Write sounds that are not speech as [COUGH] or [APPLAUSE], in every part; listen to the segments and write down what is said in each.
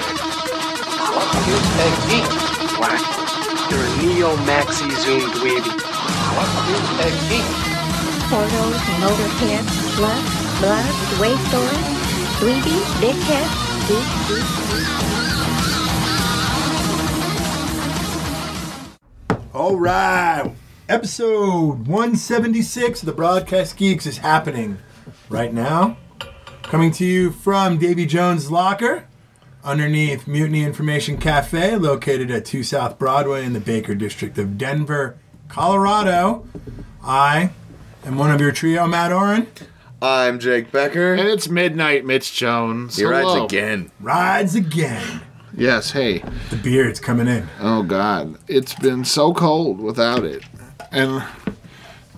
What is a geek? Black. You're a neo maxi zoom dweeby. What is a geek? Pornos, motorhead, blood, blood, waste storage, 3D, dickhead, geek, geek, All right. Episode 176 of the Broadcast Geeks is happening right now. Coming to you from Davy Jones' locker underneath Mutiny Information Cafe, located at 2 South Broadway in the Baker District of Denver, Colorado. I am one of your trio, Matt Oren. I'm Jake Becker. And it's midnight, Mitch Jones. He rides Hello. again. Rides again. Yes, hey. The beard's coming in. Oh, God. It's been so cold without it. And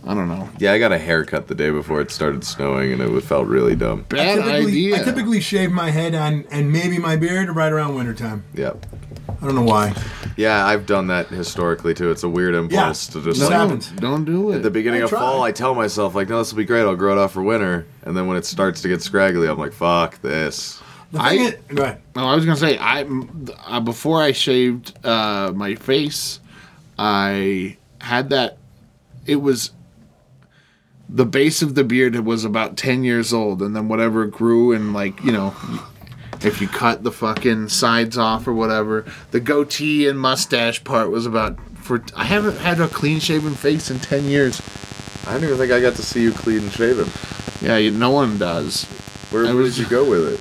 I don't know. Yeah, I got a haircut the day before it started snowing, and it was- felt really dumb. Bad Typically, idea. I typically shave my head on, and maybe my beard right around wintertime. Yep. I don't know why. Yeah, I've done that historically too. It's a weird impulse to just This like happens. don't do at the it. beginning I of try. fall, I tell myself like, "No, this will be great. I'll grow it off for winter." And then when it starts to get scraggly, I'm like, "Fuck this." The I- thing is- go ahead. No, Oh, I was going to say, I, uh, before I shaved uh, my face, I had that. It was. The base of the beard was about 10 years old, and then whatever grew, and like, you know, if you cut the fucking sides off or whatever. The goatee and mustache part was about for I haven't had a clean shaven face in ten years. I don't even think I got to see you clean shaven. Yeah, you, no one does. Where I where was- did you go with it?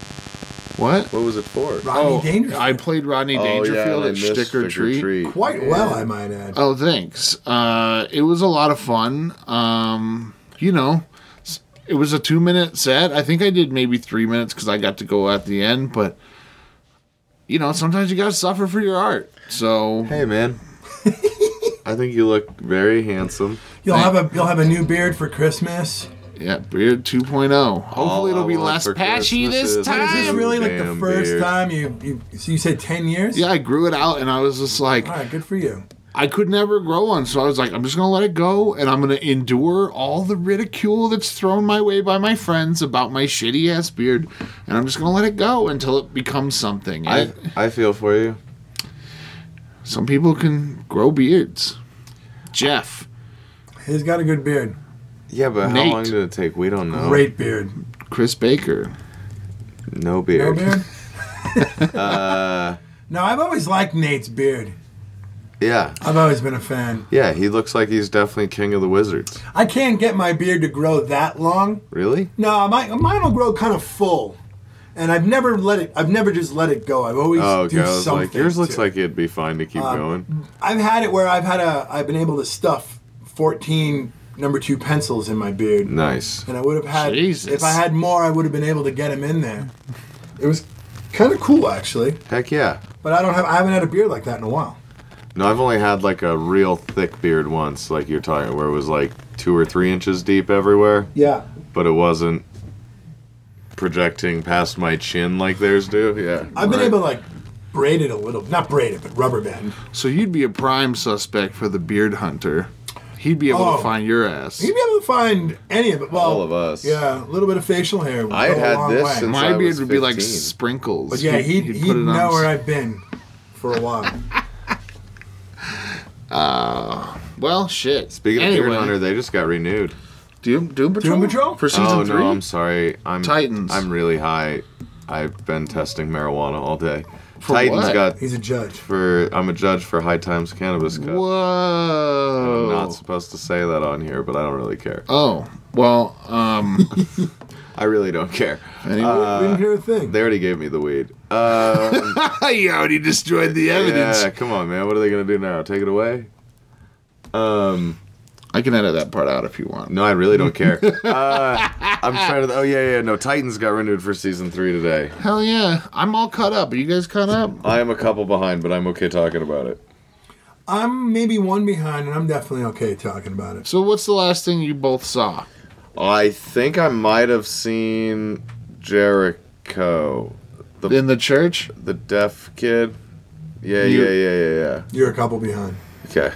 What? What was it for? Oh, Rodney Dangerfield. I played Rodney Dangerfield at Sticker Tree. Quite well, I might add. Oh, thanks. Uh, it was a lot of fun. Um, you know, s- it was a two minute set. I think I did maybe three minutes because I got to go at the end, but. You know, sometimes you gotta suffer for your art. So Hey, man. I think you look very handsome. You'll have a you'll have a new beard for Christmas. Yeah, Beard 2.0. All Hopefully it'll I be want less for patchy Christmas this is a Is this damn time. really like the damn first beard. time you, you so you said ten years? Yeah, I grew it out and I was just like, All right, good for you. I could never grow one. So I was like, I'm just going to let it go and I'm going to endure all the ridicule that's thrown my way by my friends about my shitty ass beard. And I'm just going to let it go until it becomes something. I And I feel for you. some people can grow beards. Jeff, He's got a good beard. Yeah, but how Nate. long did it take? We don't know. Great beard. Chris Baker. No No beard. [LAUGHS] Uh, beard. no, I've always liked Nate's beard. Yeah. I've always been a fan. Yeah, he looks like he's definitely king of the wizards. I can't get my beard to grow that long. Really? No, mine mine will grow kind of full, and I've never let it. I've never just let it go. I've always Oh, do God. I was something. Um, like, yours looks to it. like it'd be fine to keep going. I've had it where I've had a I've been able to stuff 14 number 2 pencils in my beard. Nice. And I would have had Jesus. if I had more I would have been able to get them in there. It was kind of cool actually, Heck yeah. but I don't have I haven't had a beard like that in a while. No, I've only had like a real thick beard once, like you're talking, where it was like two or three inches deep everywhere, Yeah. but it wasn't projecting past my chin like theirs do. Yeah. I've been Right. able to like braid it a little, not braid it, but rubber band. So you'd be a prime suspect for the beard hunter. He'd be able Oh. to find your ass. You'd be able to find any of it. Well, All of us. Yeah, a little bit of facial hair. would I go a had long this way. since- I My beard was would be like 15. sprinkles. But yeah, he'd, he'd, know s- where I've been for a while. Well, shit. Speaking of anyway, Beard Hunter, they just got renewed. Doom, Doom Patrol? Doom Patrol? For season oh three? no, I'm sorry. I'm Titans. I'm really high. I've been testing marijuana all day. For Titans what? got He's a judge. for. I'm a judge for High Times Cannabis Cup. Whoa. I'm not supposed to say that on here, but I don't really care. oh, well, [LAUGHS] um, I really don't care. anyway. Uh, we didn't hear a thing. They already gave me the weed. [LAUGHS] Uh, you already destroyed the evidence. yeah, come on, man. What are they gonna do now? Take it away? Um, I can edit that part out if you want. No, I really [LAUGHS] don't care. uh, I'm trying to. Oh yeah, yeah. No, Titans got renewed for season three today. Hell yeah. I'm all caught up. Are you guys caught up? I am a couple behind, but I'm okay talking about it. I'm maybe one behind, and I'm definitely okay talking about it. So what's the last thing you both saw? I think I might have seen Jericho, In the church? the deaf kid. Yeah, You- yeah, yeah, yeah, yeah. You're a couple behind. Okay.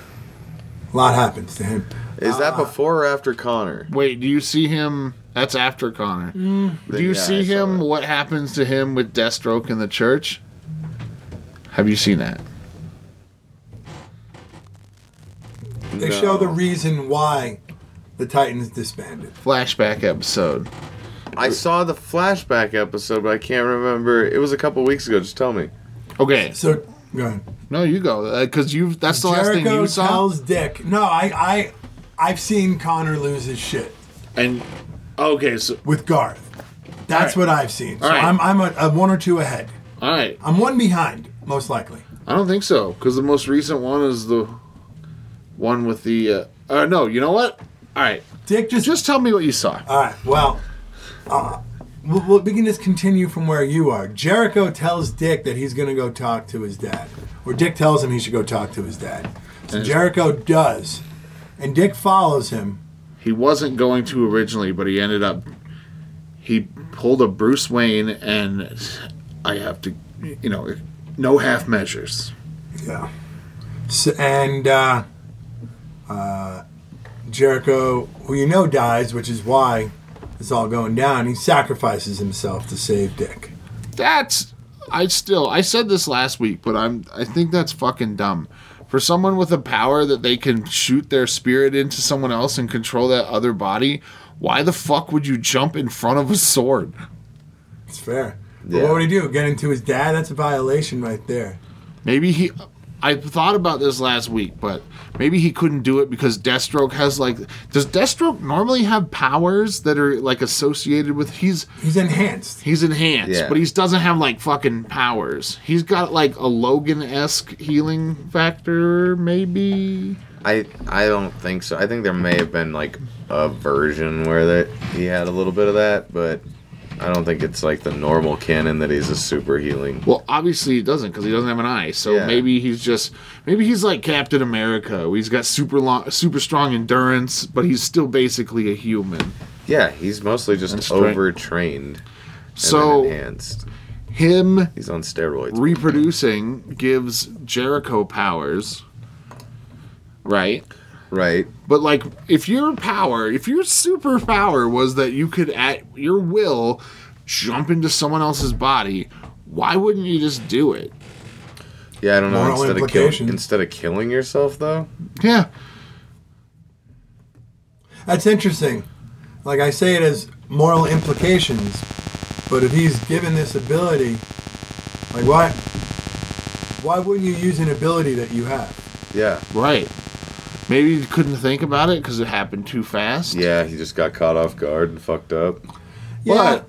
A lot happens to him. Is Ah. that before or after Connor? Wait, do you see him? That's after Connor. Do you Yeah, see I saw him? that. What happens to him with Deathstroke in the church? Have you seen that? They No. show the reason why the Titans disbanded. Flashback episode. I saw the flashback episode, but I can't remember. It was a couple weeks ago. Just tell me. Okay, So, go ahead. no, you go because you. That's the last thing Jericho you saw. tells Dick. No, I, I, I've seen Connor lose his shit and okay, so with Garth. That's All what I've seen. So All right. I'm, I'm a, a one or two ahead. all right, I'm one behind, most likely. I don't think so because the most recent one is the one with the. Uh, uh, no, you know what? All right, Dick just. just tell me what you saw. all right. Well, uh, we we we can just continue from where you are. Jericho tells Dick that he's going to go talk to his dad, or Dick tells him he should go talk to his dad. So Jericho does, and Dick follows him. he wasn't going to originally, but he ended up. He pulled a Bruce Wayne, and I have to, you know, no half measures. Yeah. So, and uh, uh, Jericho, who you know dies, which is why it's all going down, he sacrifices himself to save Dick. That's. I still. I said this last week, but I'm. I think that's fucking dumb. For someone with a power that they can shoot their spirit into someone else and control that other body, why the fuck would you jump in front of a sword? It's fair. But Yeah. what would he do? Get into his dad? That's a violation right there. Maybe he. I thought about this last week, but maybe he couldn't do it because Deathstroke has like. Does Deathstroke normally have powers that are like associated with? He's He's enhanced. he's enhanced, Yeah. but he doesn't have like fucking powers. He's got like a Logan esque healing factor, maybe. I I don't think so. I think there may have been like a version where that he had a little bit of that, but I don't think it's like the normal canon that he's a super healing. Well, obviously he doesn't because he doesn't have an eye. So Yeah. maybe he's just maybe he's like Captain America. He's got super long, super strong endurance, but he's still basically a human. Yeah, he's mostly And just strength. overtrained and so, so enhanced. him He's on steroids. reproducing gives Jericho powers, right? right. But like, if your power, if your superpower was that you could at your will jump into someone else's body, why wouldn't you just do it? Yeah, I don't know. Moral Instead of, kill, implications. instead of killing yourself, though? Yeah, That's interesting. Like I say it as moral implications, but if he's given this ability, like why why wouldn't you use an ability that you have? Yeah. right. Maybe you couldn't think about it because it happened too fast. Yeah, he just got caught off guard and fucked up. Yeah.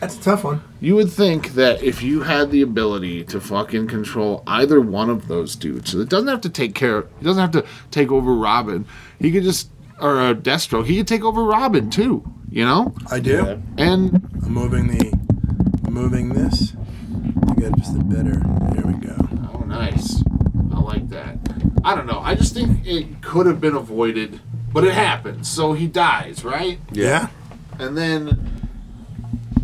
That's a tough one. You would think that if you had the ability to fucking control either one of those dudes, so it doesn't have to take care of, he doesn't have to take over Robin. He could just, or uh, Destro, he could take over Robin too, you know? I do. And I'm moving the I'm moving this. I got just a better. There we go. oh, nice, I like that. I don't know. I just think it could have been avoided, but it happened. So he dies, right? Yeah. And then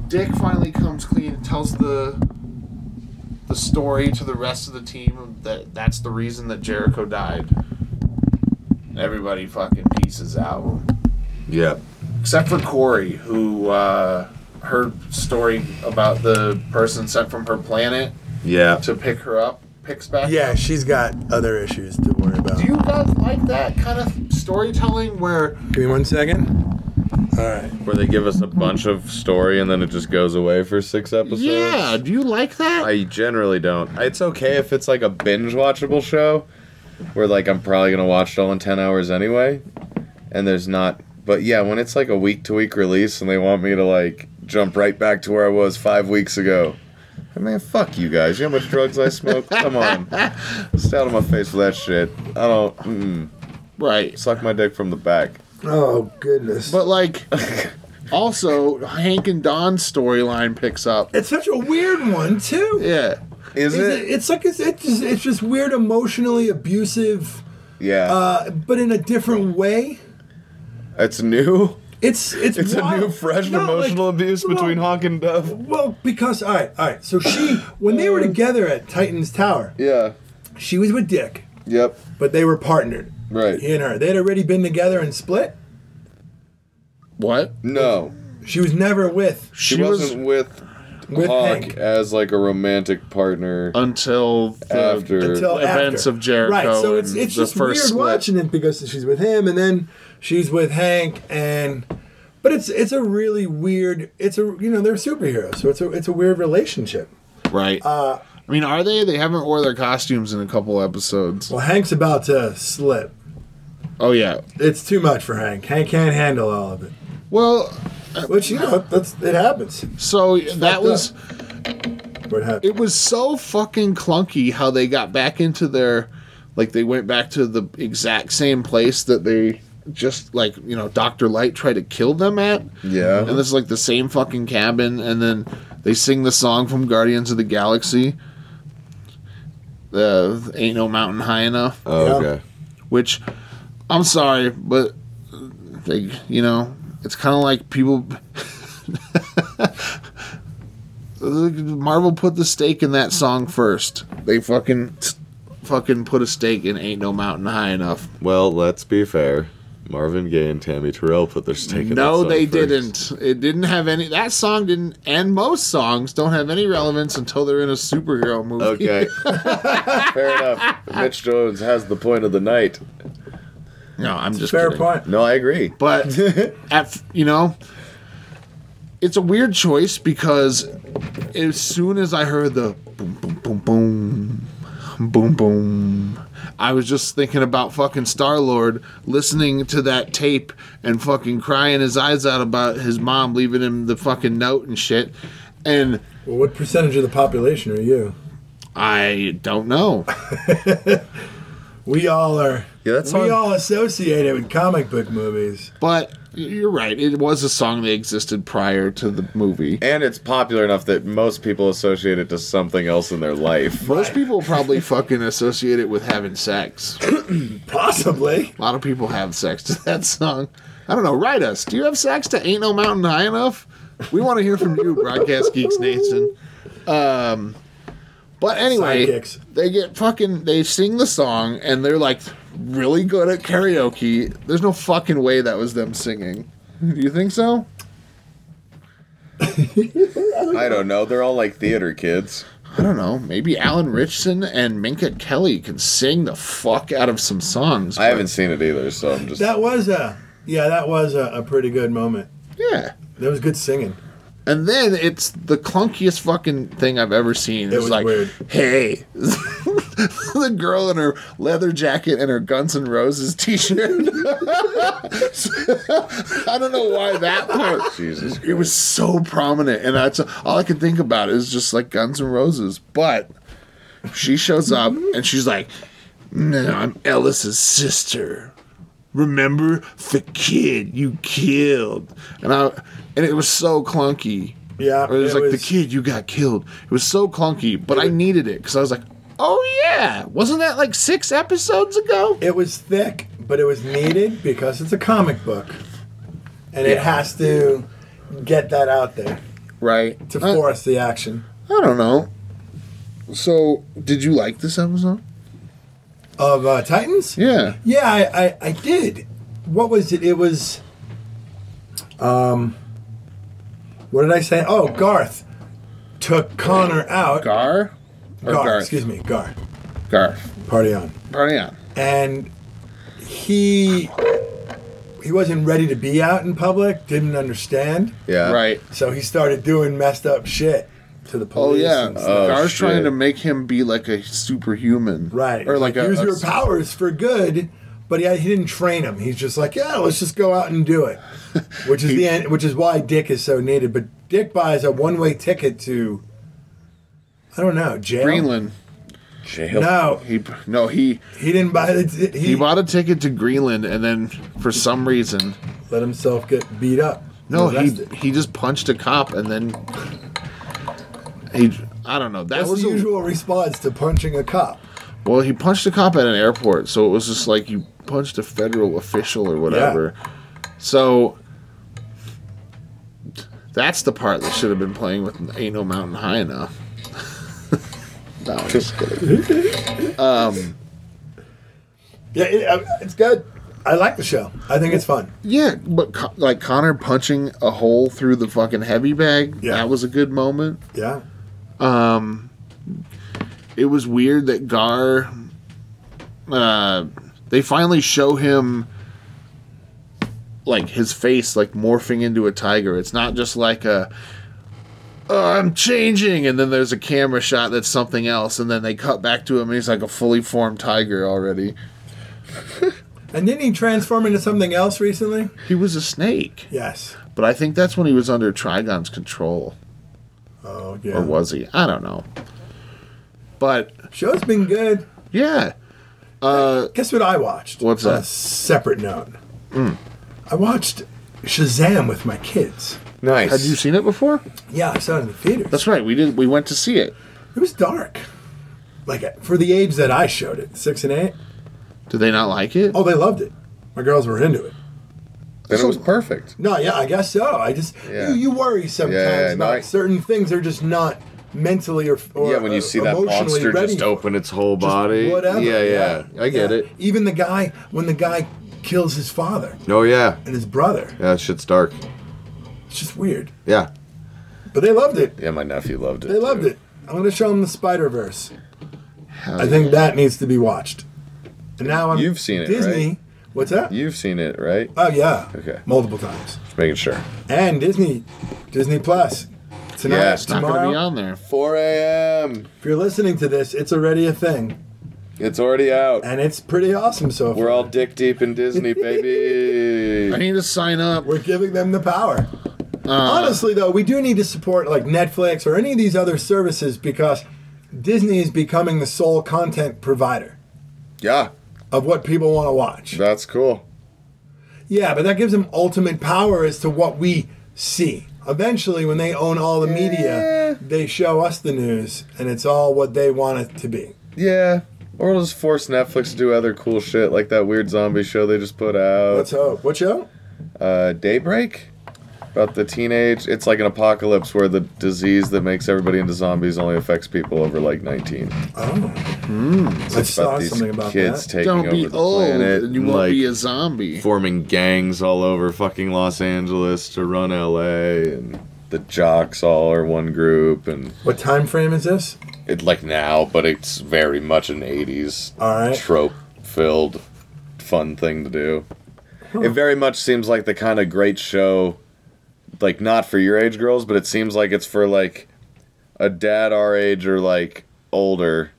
Dick finally comes clean and tells the the story to the rest of the team that that's the reason that Jericho died. Everybody fucking pieces out, Yeah. except for Corey, who uh, her story about the person sent from her planet Yeah. to pick her up picks back. Yeah, she's got other issues to worry about. Do you guys like that kind of storytelling where Give me one second. All right. Where they give us a bunch of story and then it just goes away for six episodes. do you like that? I generally don't. It's okay if it's like a binge watchable show where like I'm probably gonna watch it all in ten hours anyway. And there's not but yeah, when it's like a week to week release and they want me to like jump right back to where I was five weeks ago. I mean, fuck you guys. You know how [LAUGHS] much drugs I smoke? Come on. Stay out of my face with that shit. I don't. Mm. Right. Suck my dick from the back. Oh goodness! But like, also Hank and Don's storyline picks up. it's such a weird one too. Yeah. Is Is, it? it- It's like it's it's just, it's just weird, emotionally abusive, Yeah. uh, but in a different way. it's new. It's it's It's a wild. new, fresh No, like, emotional abuse well, between Hawk and Dove. Well, because all right, all right. So she, when they Uh. were together at Titan's Tower, Yeah. she was with Dick, Yep. but they were partnered. Right. He and her, they'd already been together and split. What? No. She was never with She, wasn't with, with Hawk Hank as like a romantic partner until the, after. until events after. of Jericho Right. So it's and it's the just first weird split. watching it because she's with him and then she's with Hank and. But it's it's a really weird. It's a you know they're superheroes, so it's a it's a weird relationship. right? Uh, I mean, are they? They haven't wore their costumes in a couple episodes. Well, Hank's about to slip. Oh yeah. It's too much for Hank. Hank can't handle all of it. Well, Which you know, that's it happens. so that fucked was What happened? it was so fucking clunky how they got back into their like they went back to the exact same place that they just like you know Doctor Light tried to kill them at. Yeah. And this is like the same fucking cabin, and then they sing the song from Guardians of the Galaxy. The ain't no mountain high enough. oh, Yeah. okay. which I'm sorry, but they, you know, it's kind of like people. [LAUGHS] Marvel put the stake in that song first. They fucking, fucking put a stake in "Ain't No Mountain High Enough." Well, let's be fair. Marvin Gaye and Tammy Terrell put their stake in that no, song they did first. didn't. It didn't have any. That song didn't, and most songs don't have any relevance until they're in a superhero movie. [LAUGHS] Okay. fair enough. Mitch Jones has the point of the night. [LAUGHS] no, I'm just Fair kidding. point. No, I agree. but [LAUGHS] at you know it's a weird choice because as soon as i heard the boom boom boom boom boom boom i was just thinking about fucking star lord listening to that tape and fucking crying his eyes out about his mom leaving him the fucking note and shit and Well, what percentage of the population are you? i don't know We all are. Yeah, that's we on- all associate it with comic book movies. but you're right it was a song that existed prior to the movie And it's popular enough that most people associate it to something else in their [LAUGHS] life. most people probably fucking associate it with having sex Possibly. A lot of people have sex to that song. I don't know. Write us. Do you have sex to Ain't No Mountain High Enough? We want to hear from you, Broadcast Geeks Nation. Um, but anyway, Sidekicks. they get fucking. They sing the song and they're like really good at karaoke. There's no fucking way that was them singing. Do you think so? I don't know. They're all like theater kids. I don't know. Maybe Alan Richson and Minka Kelly can sing the fuck out of some songs. I haven't seen it either, so I'm just. That was a yeah. That was a, a pretty good moment. Yeah. That was good singing. And then it's the clunkiest fucking thing I've ever seen. It's was like, weird. hey, [LAUGHS] the girl in her leather jacket and her Guns N' Roses t-shirt. [LAUGHS] I don't know why that part. Jesus [LAUGHS] It was so prominent, and that's all I could think about is just like Guns N' Roses. But she [LAUGHS] shows up and she's like, "No, I'm Ellis's sister. Remember the kid you killed?" And I, and it was so clunky. Yeah, Or it was it like the was- kid you got killed. It was so clunky, but I needed it because I was like, "Oh yeah, wasn't that like six episodes ago?" It was thick, but it was needed because it's a comic book, and it has to get that out there Right. to I- force the action. I don't know. So, did you like this episode? Of uh, Titans? Yeah. Yeah, I, I, I did. What was it? It was. Um, what did I say? Oh, Garth took Connor out. Gar? Or Garth, Garth? excuse me, Garth. Garth. Party on. Party on. And he he wasn't ready to be out in public. Didn't understand, Yeah. Right. so he started doing messed up shit to the Oh, police. yeah. and stuff. Oh, Gar's shit. trying to make him be like a superhuman. Right. Or like, a. use a- your powers for good, but he, he didn't train him. He's just like, yeah, let's just go out and do [LAUGHS] it, which is the end. Which is why Dick is so needed. But Dick buys a one way ticket to, I don't know, jail. Greenland. Jail. No, He no he he didn't buy the. T- he he bought a ticket to Greenland and then for some reason let himself get beat up. no he Arrested. he just punched a cop and then he I don't know that That's was the a- usual response to punching a cop. well he punched a cop at an airport so it was just like you punched a federal official or whatever so that's the part that should have been playing with ain't no mountain high enough [LAUGHS] no I'm just kidding Yeah, it, uh, it's good. I like the show. I think it's fun. Yeah, but Co- like Connor punching a hole through the fucking heavy bag, Yeah. that was a good moment. Yeah. It was weird that Gar, uh, they finally show him like his face like morphing into a tiger. It's not just like a oh, I'm changing, and then there's a camera shot that's something else, and then they cut back to him, and he's like a fully formed tiger already. And didn't he transform into something else recently? He was a snake, Yes. but I think that's when he was under Trigon's control, Oh yeah. or was he? I don't know. But Show's been good. Yeah. Guess what I watched? What's On a that? Hmm. separate note. I watched Shazam with my kids. Nice. Had you seen it before? Yeah, I saw it in the theaters. That's right. We did. We went to see it. It was dark. Like uh, for the age that I showed it, six and eight. Did they not like it? Oh, they loved it. My girls were into it. then it was perfect. No, yeah, I guess so. I just Yeah. you, you worry sometimes Yeah, yeah, no, about I- certain things are just not mentally or, or yeah, when you uh, see that emotionally monster ready just for it. open its whole Just body. whatever. yeah, yeah, I get Yeah. it. Even the guy when the guy kills his father Oh yeah. and his brother, Yeah, that shit's dark. it's just weird. Yeah. But they loved it. Yeah, my nephew loved it. They loved too. it. I'm gonna show them the Spider Verse. Hell I think that needs to be watched. And now I'm You've seen it, Disney. right? What's that? You've seen it, right? oh yeah. Okay. Multiple times. Just making sure. And Disney, Disney Plus. Tonight, Yeah, it's Not going to tomorrow. be on there. 4 a.m. If you're listening to this, it's already a thing, It's already out. and it's pretty awesome so far. We're all dick deep in Disney, baby. I need to sign up. We're giving them the power. Uh. Honestly, though, we do need to support like Netflix or any of these other services because Disney is becoming the sole content provider Yeah, of what people want to watch. that's cool. Yeah, but that gives them ultimate power as to what we see. Eventually, when they own all the media, they show us the news, and it's all what they want it to be. Yeah. Or we'll just force Netflix to do other cool shit like that weird zombie show they just put Let's out. hope. What show? Uh, Daybreak? About the teenage. It's like an apocalypse where the disease that makes everybody into zombies only affects people over like 19. Oh. Hmm. I saw something about kids that. taking Don't over be the old. planet. and you and, won't like, be a zombie. forming gangs all over fucking Los Angeles to run LA and the jocks all are one group and what time frame is this? it like now, but it's very much an eighties All right. trope filled fun thing to do. It very much seems like the kind of great show like not for your age girls, but it seems like it's for like a dad our age or like older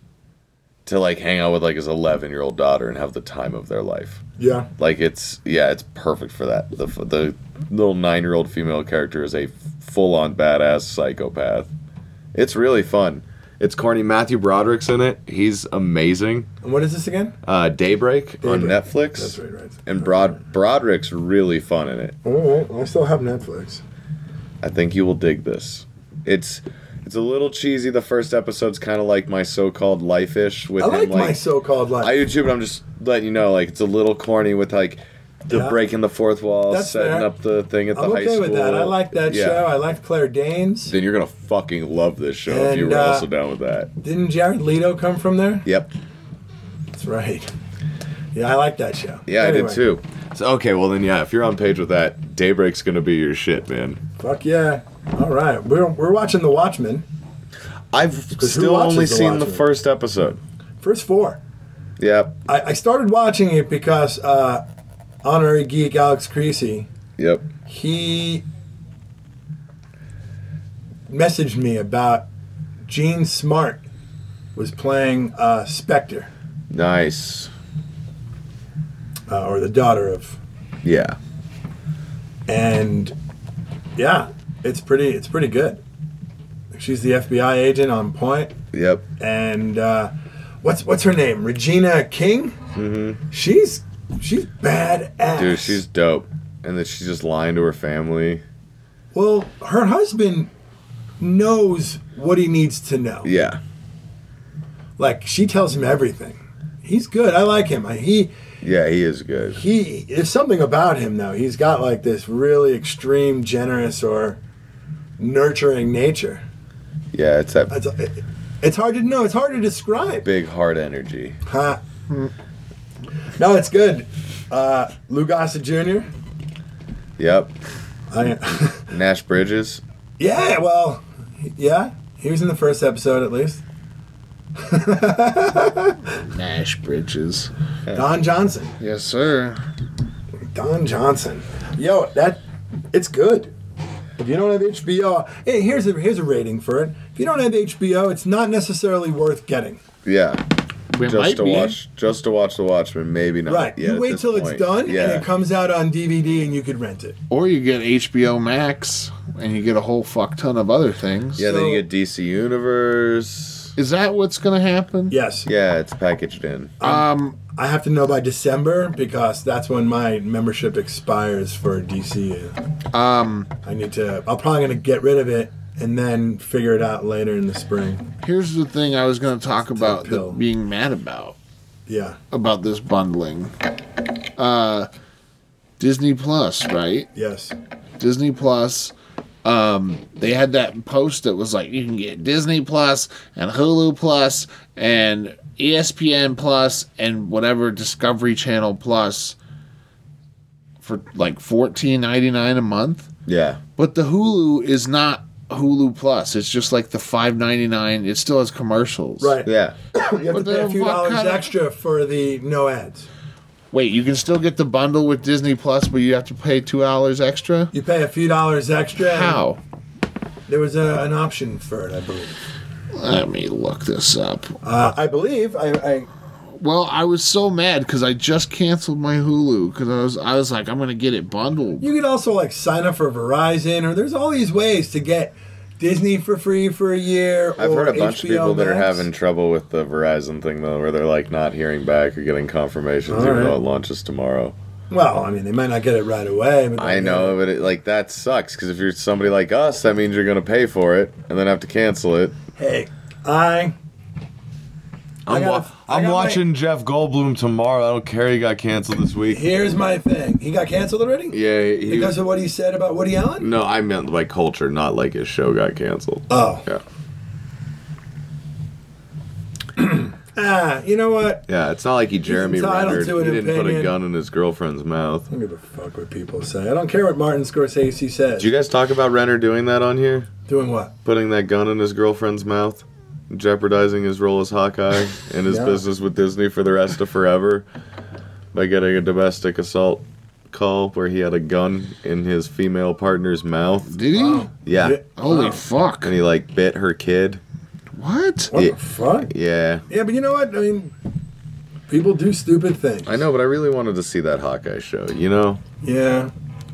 to like hang out with like his 11 year old daughter and have the time of their life. Yeah. Like it's yeah, it's perfect for that. The the little nine year old female character is a full on badass psychopath. It's really fun. It's corny. Matthew Broderick's in it. He's amazing. And what is this again? Uh, Daybreak, Daybreak. on Netflix. That's right, right. And Brod Broderick's really fun in it. All right. I still have Netflix. I think you will dig this. It's it's a little cheesy. The first episode's kind of like my so called life ish with I like him, like my so-called life. I do too, but I'm just letting you know, like it's a little corny with like the Yeah. breaking the fourth wall, That's setting fair. up the thing at the I'm high okay school. with that. I like that Yeah. show. I like Claire Danes. Then you're gonna fucking love this show if you And, were uh, also down with that. Didn't Jared Leto come from there? Yep. That's right. Yeah, I like that show. Yeah, I Anyway, did too. So okay, well then yeah, if you're on page with that, Daybreak's gonna be your shit, man. Fuck yeah. All right. We're, we're watching The Watchmen. I've who still watches only The seen the Watchmen? first episode. First four. Yep. I, I started watching it because uh, honorary geek Alex Creasy, Yep. he messaged me about Gene Smart was playing uh, Spectre, Nice. uh, or the daughter of Yeah. and yeah, it's pretty it's pretty good. She's the FBI agent on point, Yep. and uh, what's what's her name? Regina King. Mm-hmm. She's she's badass. Dude, she's dope. And then she's just lying to her family. well. Her husband knows what he needs to know. Yeah. Like she tells him everything. He's good. I like him. I, he Yeah, he is good. he. There's something about him though. He's got like this really extreme, generous or nurturing nature. Yeah, it's that It's, it- it's hard to know. It's hard to describe. big heart energy. Huh. No, it's good. Uh, Lou Gossett Jr. Yep. I, [LAUGHS] Nash Bridges. yeah, well, yeah, he was in the first episode at least. [LAUGHS] Nash Bridges. Don Johnson. Yes, sir. Don Johnson. Yo, that it's good. If you don't have HBO, hey, here's a here's a rating for it. If you don't have HBO, it's not necessarily worth getting. Yeah. It Just might to be. watch just to watch The Watchmen, maybe not. right. yet you at wait this till it's point. done Yeah. and it comes out on DVD and you could rent it. Or you get HBO Max and you get a whole fuck ton of other things. yeah, then so- you get DC Universe. Is that what's going to happen? Yes. Yeah, it's packaged in. Uh, Um, I have to know by December because that's when my membership expires for DC. um, I need to. I'm probably gonna get rid of it and then figure it out later in the spring. here's the thing I was going to talk about pill. that being mad about Yeah. about this bundling. Uh, Disney Plus, right? Yes. Disney Plus. Um, they had that post that was like, you can get Disney Plus and Hulu Plus and E ESPN Plus and whatever Discovery Channel Plus for like fourteen ninety nine a month. Yeah. But the Hulu is not Hulu Plus. It's just like the five ninety nine. It still has commercials. Right. Yeah. You have to But pay a they're few what dollars kind of- extra for the no ads. Wait, you can still get the bundle with Disney Plus, but you have to pay two dollars extra. You pay a few dollars extra. and How? There was a, an option for it, I believe. Let me look this up. Uh, I believe. I, I Well, I was so mad because I just canceled my Hulu because I was I was like I'm gonna get it bundled. you could also like sign up for Verizon or there's all these ways to get Disney for free for a year. I've or heard a bunch of HBO people that are Max. having trouble with the Verizon thing though, where they're like not hearing back or getting confirmations even right. though it launches tomorrow. Well, I mean, they might not get it right away. But I know, but it, like that sucks because if you're somebody like us, that means you're gonna pay for it and then have to cancel it. Hey, I. I'm, gotta- wa- I I'm gotta watching Jeff Goldblum tomorrow. I don't care. He got canceled this week. Here's my thing. He got canceled already. Yeah. He, Because of what he said about Woody Allen? no, I meant by culture, not like his show got canceled. Oh. Yeah. Ah, you know what? Yeah, it's not like he Jeremy entitled Rennered. to an He didn't put a opinion. gun in his girlfriend's mouth. I don't give a fuck what people say. I don't care what Martin Scorsese says. Did you guys talk about Renner doing that on here? Doing what? Putting that gun in his girlfriend's mouth, jeopardizing his role as Hawkeye and [LAUGHS] his Yeah. business with Disney for the rest of forever by getting a domestic assault call where he had a gun in his female partner's mouth. Did he? Yeah. Yeah. Holy Wow. fuck! And he like bit her kid. What? What Yeah. the fuck? Yeah. Yeah, but you know what? I mean, people do stupid things. I know, but I really wanted to see that Hawkeye show, you know? Yeah.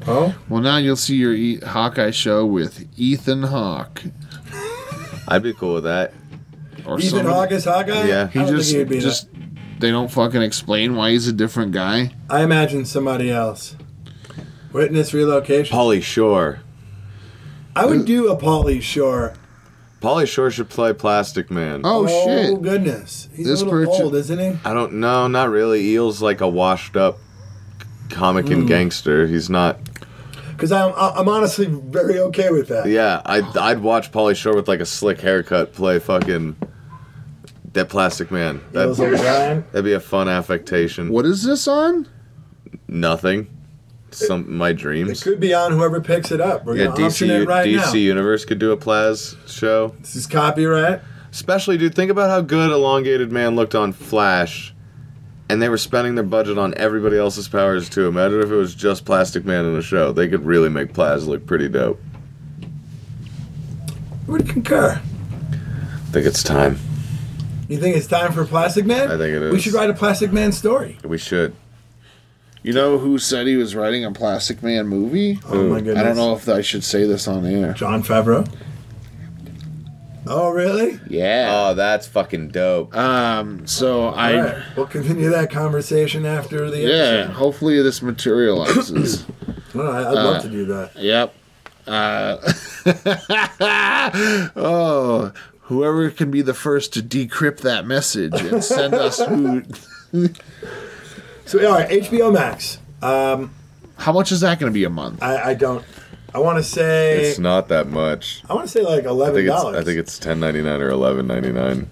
Oh, Well, now you'll see your e- Hawkeye show with Ethan Hawke I'd be cool with that. or Ethan somebody- Hawke is Hawkeye. Yeah. He I don't just think he'd be just they don't fucking explain why he's a different guy. that. I imagine somebody else. Witness relocation. Polly Shore. I would do a Pauly Shore. Polly Shore should play Plastic Man. Oh, shit! goodness, he's This a little person- old, isn't he? I don't know, not really. Eel's like a washed up comic Hmm. and gangster. He's not. Because I'm I'm honestly very okay with that. Yeah, I'd, I'd watch Polly Shore with like a slick haircut play fucking that Plastic Man. That'd, Those old Brian. that'd be a fun affectation. What is this on? Nothing. Some my It dreams. could be on whoever picks it up. We're Yeah, gonna option DC it right DC now. Universe could do a Plaz show. This is copyright. Especially, dude, think about how good Elongated Man looked on Flash, and they were spending their budget on everybody else's powers too. Imagine if it was just Plastic Man in a show. They could really make Plaz look pretty dope. I would concur. I think it's time. You think it's time for Plastic Man? I think it We is. should write a Plastic Man story. We should. You know who said he was writing a Plastic Man movie? Oh my goodness. I don't know if I should say this on air. John Favreau. Oh, really? Yeah. Oh, that's fucking dope. um. So All I. right. We'll continue that conversation after the Yeah. episode. Hopefully this materializes. All right, I'd love to do Uh, that. Yep. [LAUGHS] Uh, oh, whoever can be the first to decrypt that message and send us [LAUGHS] who. So, all right, HBO Max. How much is that going to be a month? I, I don't. I want to say. It's not that much. I want to say like I think eleven it's dollars. I think it's ten ninety nine or eleven ninety nine.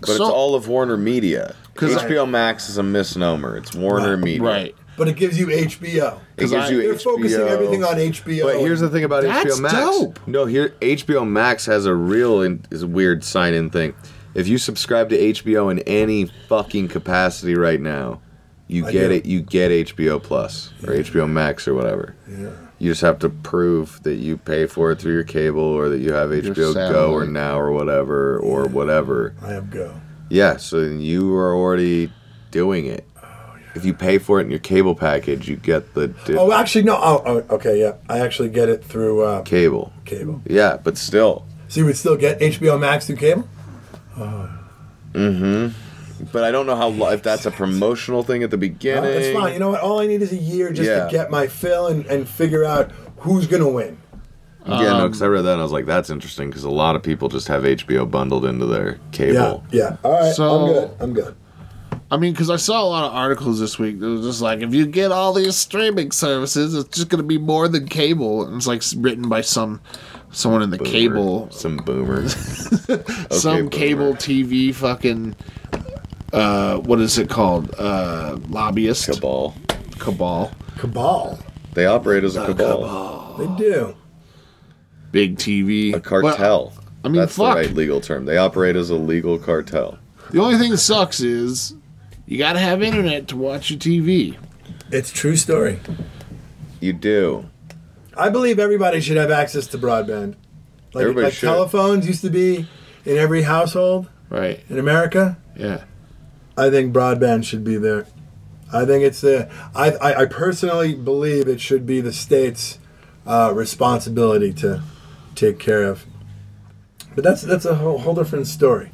But it's So- all of Warner Media. 'Cause I- HBO Max is a misnomer. It's Warner Media. Right. but it gives you HBO. It gives you They're HBO. focusing everything on HBO. But here's the thing about That's HBO Max. dope. No, here HBO Max has a real in, is a weird sign in thing. If you subscribe to HBO in any fucking capacity right now, you I get do. it. You get HBO Plus or HBO Max or whatever. Yeah. You just have to prove that you pay for it through your cable or that you have HBO Go or satellite. Now or whatever or whatever. I have Go. Yeah, so you are already doing it. Oh, If you pay for it in your cable package, you get the di- Oh, actually, no. Oh, oh, okay, yeah. I actually get it through uh, cable. cable. Yeah, but still. So you would still get HBO Max through cable? But I don't know how lo- if that's a promotional thing at the beginning. No, it's Uh, fine. You know what? All I need is a year just Yeah. to get my fill and, and figure out who's gonna win. yeah, Um, no, because I read that and I was like, that's interesting because a lot of people just have HBO bundled into their cable. Yeah. Yeah. All right. So- I'm good. I'm good. I mean, because I saw a lot of articles this week that was just like, if you get all these streaming services, it's just going to be more than cable. And it's like s- written by some someone in the Boomer. cable, Some boomers. some boomer. cable TV fucking. Uh, what is it called? Uh, lobbyist [LAUGHS] cabal. cabal. Cabal. They operate as a cabal. They do. big TV. A cartel. I mean, that's fuck. the right legal term. They operate as a legal cartel. Well, the only thing that sucks is you got to have internet to watch your TV. It's true story. You do. I believe everybody should have access to broadband. Like, Everybody like should. telephones used to be in every household Right. in America. Yeah. I think broadband should be there. I think it's the. I, I, I personally believe it should be the state's uh, responsibility to take care of. But that's that's a whole, whole different story.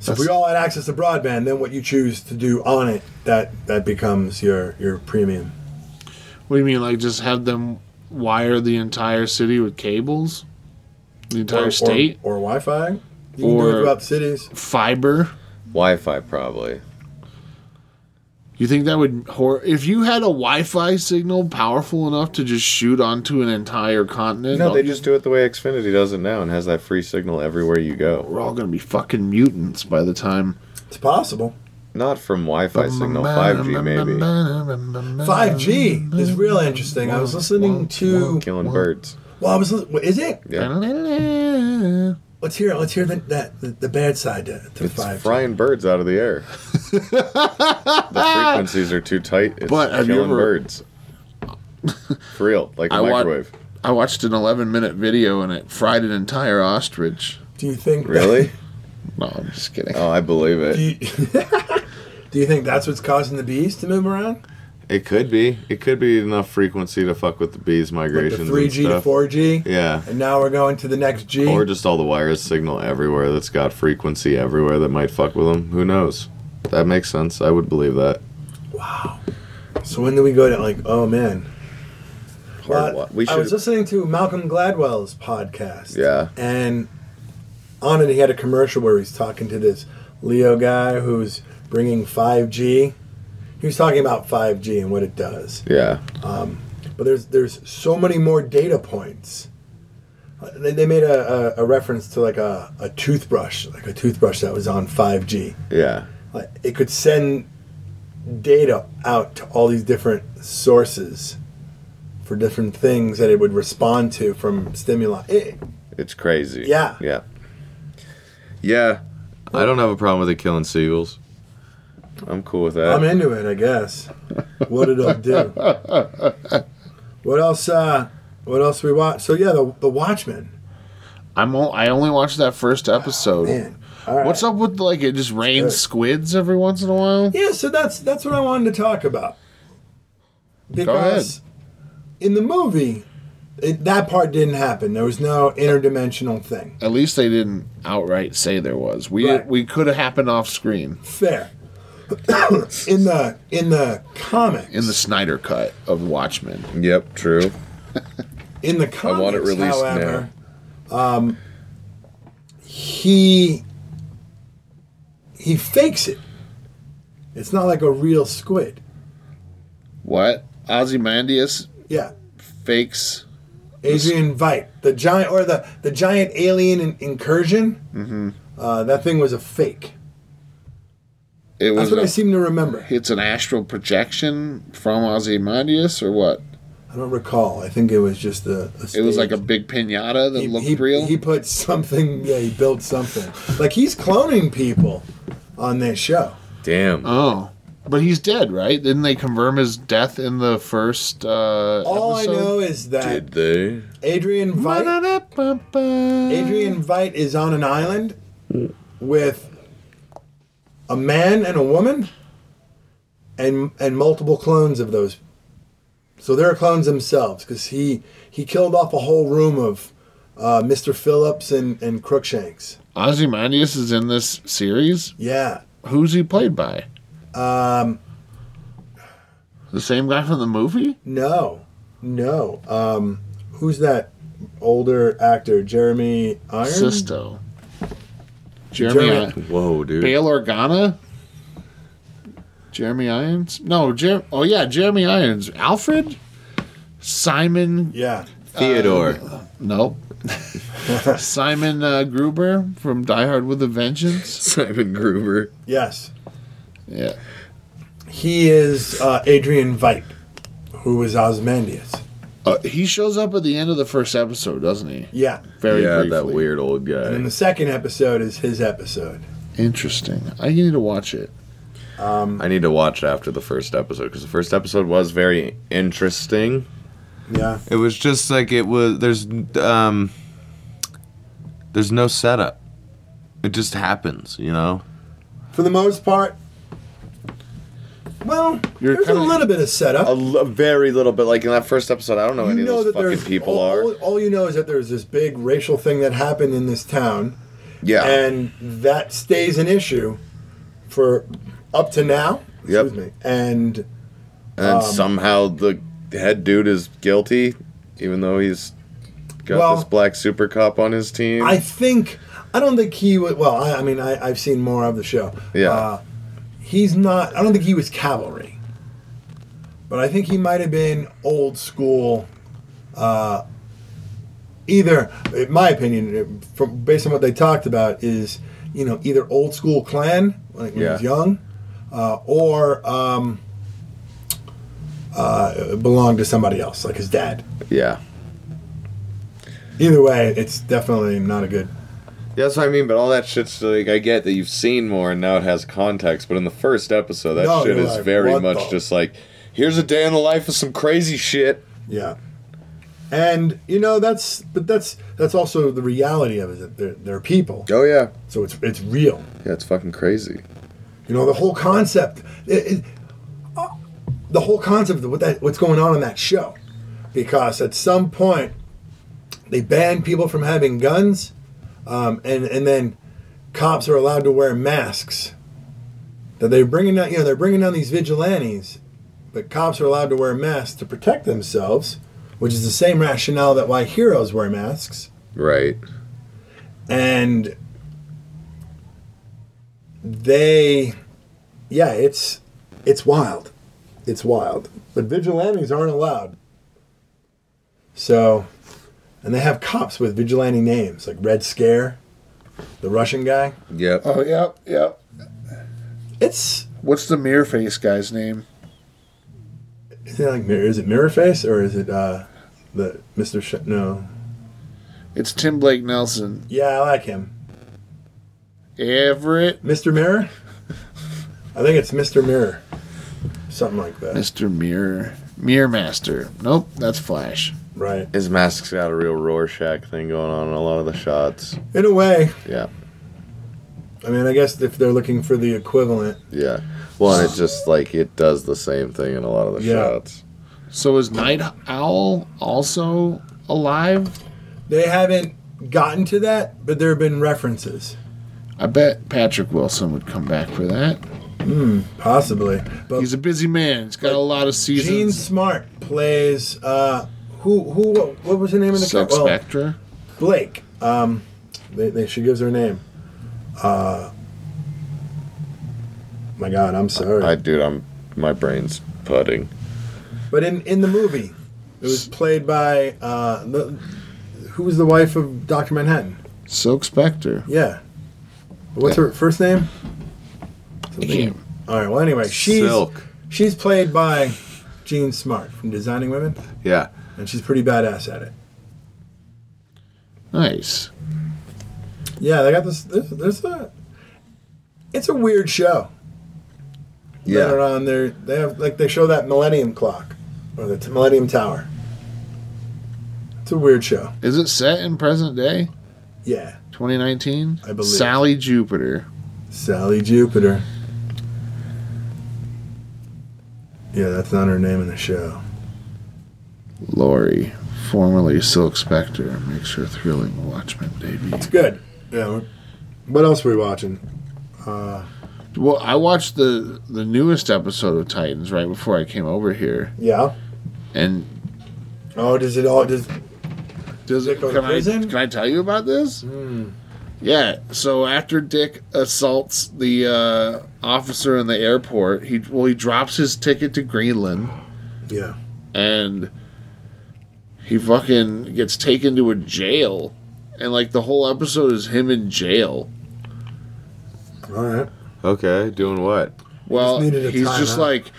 So if we all had access to broadband, then what you choose to do on it that that becomes your your premium. What do you mean? Like just have them wire the entire city with cables? The entire Or- or- state? or, Wi-Fi. You can do Or- it throughout cities. Fiber? Wi-Fi probably. You think that would hor- if you had a Wi-Fi signal powerful enough to just shoot onto an entire continent? No, they just do it the way Xfinity does it now and has that free signal everywhere you go. we're all gonna be fucking mutants by the time. It's possible. Not from Wi-Fi signal, 5G maybe. 5G is real interesting. I was listening to. Killing birds. Well, I was. li- what Is it? Yeah. Let's hear. Let's hear the that the, the bad side to, to It's five. frying birds out of the [LAUGHS] air. the frequencies are too tight. It's But have you killing ever- birds. [LAUGHS] For real, like a I wa- microwave. I watched an 11 minute video and it fried an entire ostrich. Do you think? Really? No, I'm just kidding. Oh, I believe [LAUGHS] Do it. you, [LAUGHS] do you think that's what's causing the bees to move around? It could be. It could be enough frequency to fuck with the bees' Like the migrations. three G and to stuff. four G. Yeah. And now we're going to the next G. Or just all the wires signal everywhere that's got frequency everywhere that might fuck with them. Who knows? That makes sense. I would believe that. so when do we go to like? Oh man. Hard Well, wa- we I was should- listening to Malcolm Gladwell's podcast. Yeah. And on it, he had a commercial where he's talking to this Leo guy who's bringing 5G. He was talking about 5G and what it does. Yeah. But there's there's so many more data points. Uh, They, they made a, a, a reference to like a, a toothbrush, like a toothbrush that was on 5G. Yeah. Like it could send data out to all these different sources for different things that it would respond to from stimuli. Eh, It, It's crazy. Yeah. Yeah. Yeah. I don't have a problem with it killing seagulls. I'm cool with that. I'm into it, I guess. What it'll do. What else? Uh, what else we watch? So yeah, the the Watchmen. I'm o- I only watched that first episode. Man, all right. What's up with like it just rains squids every once in a while? Yeah, so that's that's what I wanted to talk about. Because in the movie, It, that part didn't happen. There was no interdimensional thing. At least they didn't outright say there was. We Right. we could have happened off screen Fair. [COUGHS] in the in the comics, in the Snyder cut of Watchmen. Yep, true. In the comics, want it released however, Um, he he fakes it. It's not like a real squid. What? Ozymandias Yeah, fakes. Adrian Veidt, the giant or the the giant alien in, incursion. Mm-hmm. Uh, that thing was a fake. It That's was. what I a- seem to remember. it's an astral projection from Ozymandias or what? I don't recall. I think it was just a. a It was stage. like a big pinata that he, looked he- real. he put something. Yeah, he built something. like he's cloning people on this show. Damn. oh. But he's dead, right? Didn't they confirm his death in the first uh, All I know episode? is that Did they? Adrian Veidt Ba-da-da-ba-ba. Adrian Veidt is on an island with a man and a woman and and multiple clones of those. So they're clones themselves because he he killed off a whole room of uh, Mr. Phillips and, and Crookshanks. Ozymandias is in this series. Yeah. Who's he played by? Um, the same guy from the movie. No. No. Um, who's that older actor? Jeremy Irons? Sisto. Jeremy, Jeremy- I- Whoa, dude. Bail Organa. Jeremy Irons. No, Jer- Oh yeah, Jeremy Irons. Alfred. Simon. Yeah. Theodore. [LAUGHS] Nope. Simon uh, Gruber from Die Hard with a Vengeance. Simon Gruber. Yes. Yeah. He is uh, Adrian Veidt, who was Ozymandias. Uh, he shows up at the end of the first episode, doesn't he? Yeah. Very yeah, that briefly. weird old guy. And the second episode is his episode. Interesting. I need to watch it. I need to watch after the first episode because the first episode was very interesting. Yeah. It was just like it was. There's um, there's no setup. It just happens, you know. For the most part, well, You're there's a kinda- little bit of A setup. l- very little bit, like in that first episode, I don't know any You know of those that fucking there's people all, are. all- all you know is that there's this big racial thing that happened in this town, yeah, and that stays an issue for up to now. Yep. Excuse me. And um, and somehow the head dude is guilty, even though he's got Well- this black super cop on his team. I think I don't think he would. Well, I, I mean, I, I've seen more of the show. Uh, Yeah. he's not. I don't think he was cavalry, but I think he might have been old school. Uh, either, in my opinion, uh, from based on what they talked about, is you know either old school clan like when he was Yeah. young, uh, or um, uh, belonged to somebody else like his dad. yeah, Either way, it's definitely not a good Yeah, that's what I mean. But all that shit's like I get that you've seen more and now it has context. But in the first episode, that No, shit you're is like, very what much the- just like, here's a day in the life of some crazy shit. Yeah. And you know that's but that's that's also the reality of it that they're, they're people, Oh yeah, so it's it's real. yeah, it's fucking crazy. You know the whole concept, it, it, uh, the whole concept of what that what's going on in that show, because at some point they ban people from having guns, um, and and then cops are allowed to wear masks. That they're bringing down, you know, they're bringing down these vigilantes, but cops are allowed to wear masks to protect themselves, which is the same rationale that why heroes wear masks Right. and they yeah it's it's wild it's wild but vigilantes aren't allowed so and they have cops with vigilante names like red scare the russian guy Yep. Oh yep, yep. it's What's the mirror face guy's name? is it like mirror is it mirror face or is it uh the mr Sh- no It's Tim Blake Nelson. yeah i like him Everett. mr mirror i think it's mr mirror something like that Mr. Mirror. Mirror Master. Nope, that's Flash. right His mask's got a real Rorschach thing going on in a lot of the shots. in a way Yeah, I mean, I guess if they're looking for the equivalent, yeah. Well, and it just like it does the same thing in a lot of the Yeah. shots. So is Night Owl also alive? They haven't gotten to that, but there have been references. I bet Patrick Wilson would come back for that. Possibly. But He's a busy man. He's got a lot of Gene seasons. Smart plays uh who who what was the name of the Sub character? Well, Spectra. Blake. Um they, they she gives her name. Uh my god, I'm sorry. I dude, I'm my brain's putting. but in in the movie, it was played by uh the, who was the wife of Dr. Manhattan? Silk Spectre. Yeah. What's her first name? All right. Well, anyway, she's Silk. she's played by Jean Smart from Designing Women, Yeah. and she's pretty badass at it. Nice. Yeah, they got this. There's, there's a. It's a weird show. Yeah. They're on there. They have like they show that Millennium Clock, or the t- Millennium Tower. It's a weird show. Is it set in present day? Yeah, 2019? I believe. Sally Jupiter. Sally Jupiter. Yeah, that's not her name in the show. Lori, formerly Silk Spectre, makes her thrilling Watchmen debut. It's good. Yeah. we're- What else were we watching? Well, I watched the the newest episode of Titans right before I came over here, Yeah. and Oh, does it all? Does Does Dick go to can I, prison? can I tell you about this? Hmm. Yeah. So after Dick assaults the uh, officer in the airport, he well he drops his ticket to Greenland yeah. and he fucking gets taken to a jail, and like the whole episode is him in jail. All right. Okay. Doing what? Well, needed a he's timeout. just like,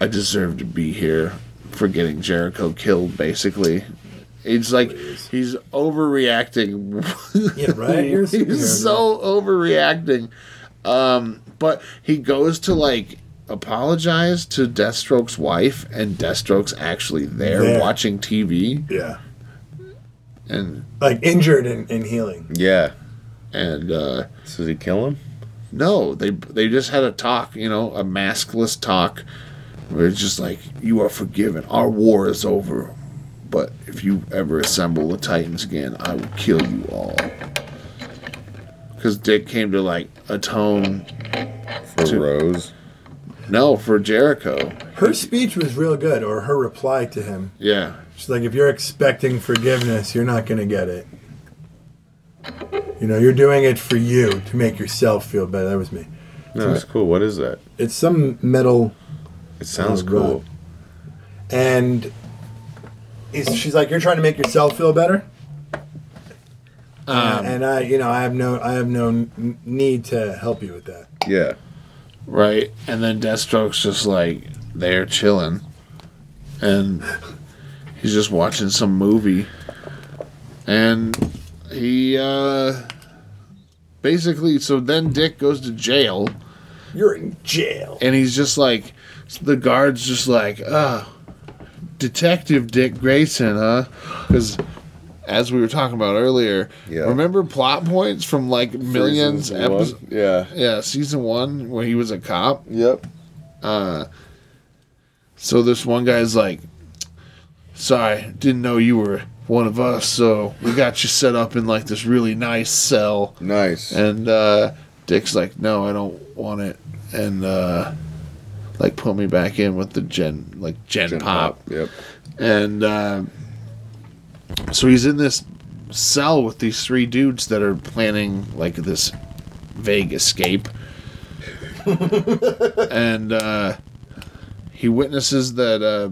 I deserve to be here for getting Jericho killed. Basically, it's like he's [LAUGHS] overreacting. Yeah, right? You're a superhero, [LAUGHS] he's so overreacting. Um, but he goes to like apologize to Deathstroke's wife, and Deathstroke's actually there, There. watching TV, Yeah. and Like injured and, and healing. Yeah. and uh, So did he kill him? No, they they just had a talk, you know, a maskless talk. Where it's just like you are forgiven. Our war is over, but if you ever assemble the Titans again, I will kill you all. Because Dick came to like atone. For Rose. No, for Jericho. Her speech was real good, or her reply to him. Yeah, She's like, if you're expecting forgiveness, you're not going to get it. You know, you're doing it for you to make yourself feel better. That was me. No, that's cool. What is that? It's some metal, It sounds Oh, cool. God. and he's, she's like, you're trying to make yourself feel better. and I, you know, I have no, I have no n- need to help you with that. Yeah. right. And then Deathstroke's just like they're chilling, and he's just watching some movie, and he uh, basically. So then Dick goes to jail, You're in jail. and he's just like, the guards just like, uh Detective Dick Grayson, huh? Because as we were talking about earlier, Yeah. remember plot points from like millions Season one. episodes. Yeah. Yeah, season one where he was a cop. Yep. So this one guy's like, "Sorry, didn't know you were one of us. So we got you set up in like this really nice cell." Nice. And uh, Dick's like, "No, I don't want it." And uh, like, put me back in with the gen, like gen, Gen pop. Yep. And uh, so he's in this cell with these three dudes that are planning like this vague [LAUGHS] escape. and uh, he witnesses that. Uh,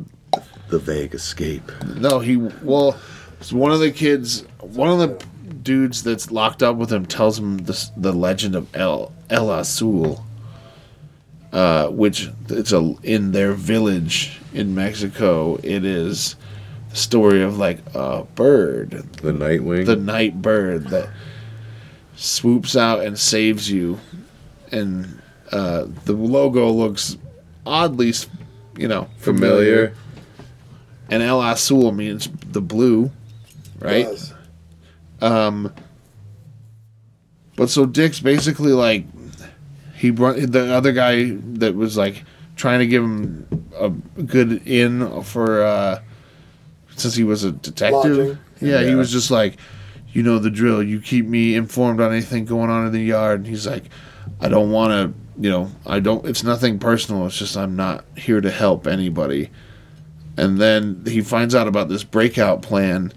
The vague escape. no, he well, so one of the kids, one of the dudes that's locked up with him tells him this, the legend of El El Azul, uh, which it's a in their village in Mexico. It is the story of like a bird, The Nightwing. the night bird that swoops out and saves you, and uh, the logo looks oddly, you know, familiar. and El Azul means the blue, right? Yes. But so Dick's basically like he run the other guy that was like trying to give him a good in for uh since he was a detective. Lodging. Yeah, he was just like, you know the drill. You keep me informed on anything going on in the yard. And he's like, I don't want to, you know, I don't. It's nothing personal. It's just I'm not here to help anybody. And then he finds out about this breakout plan,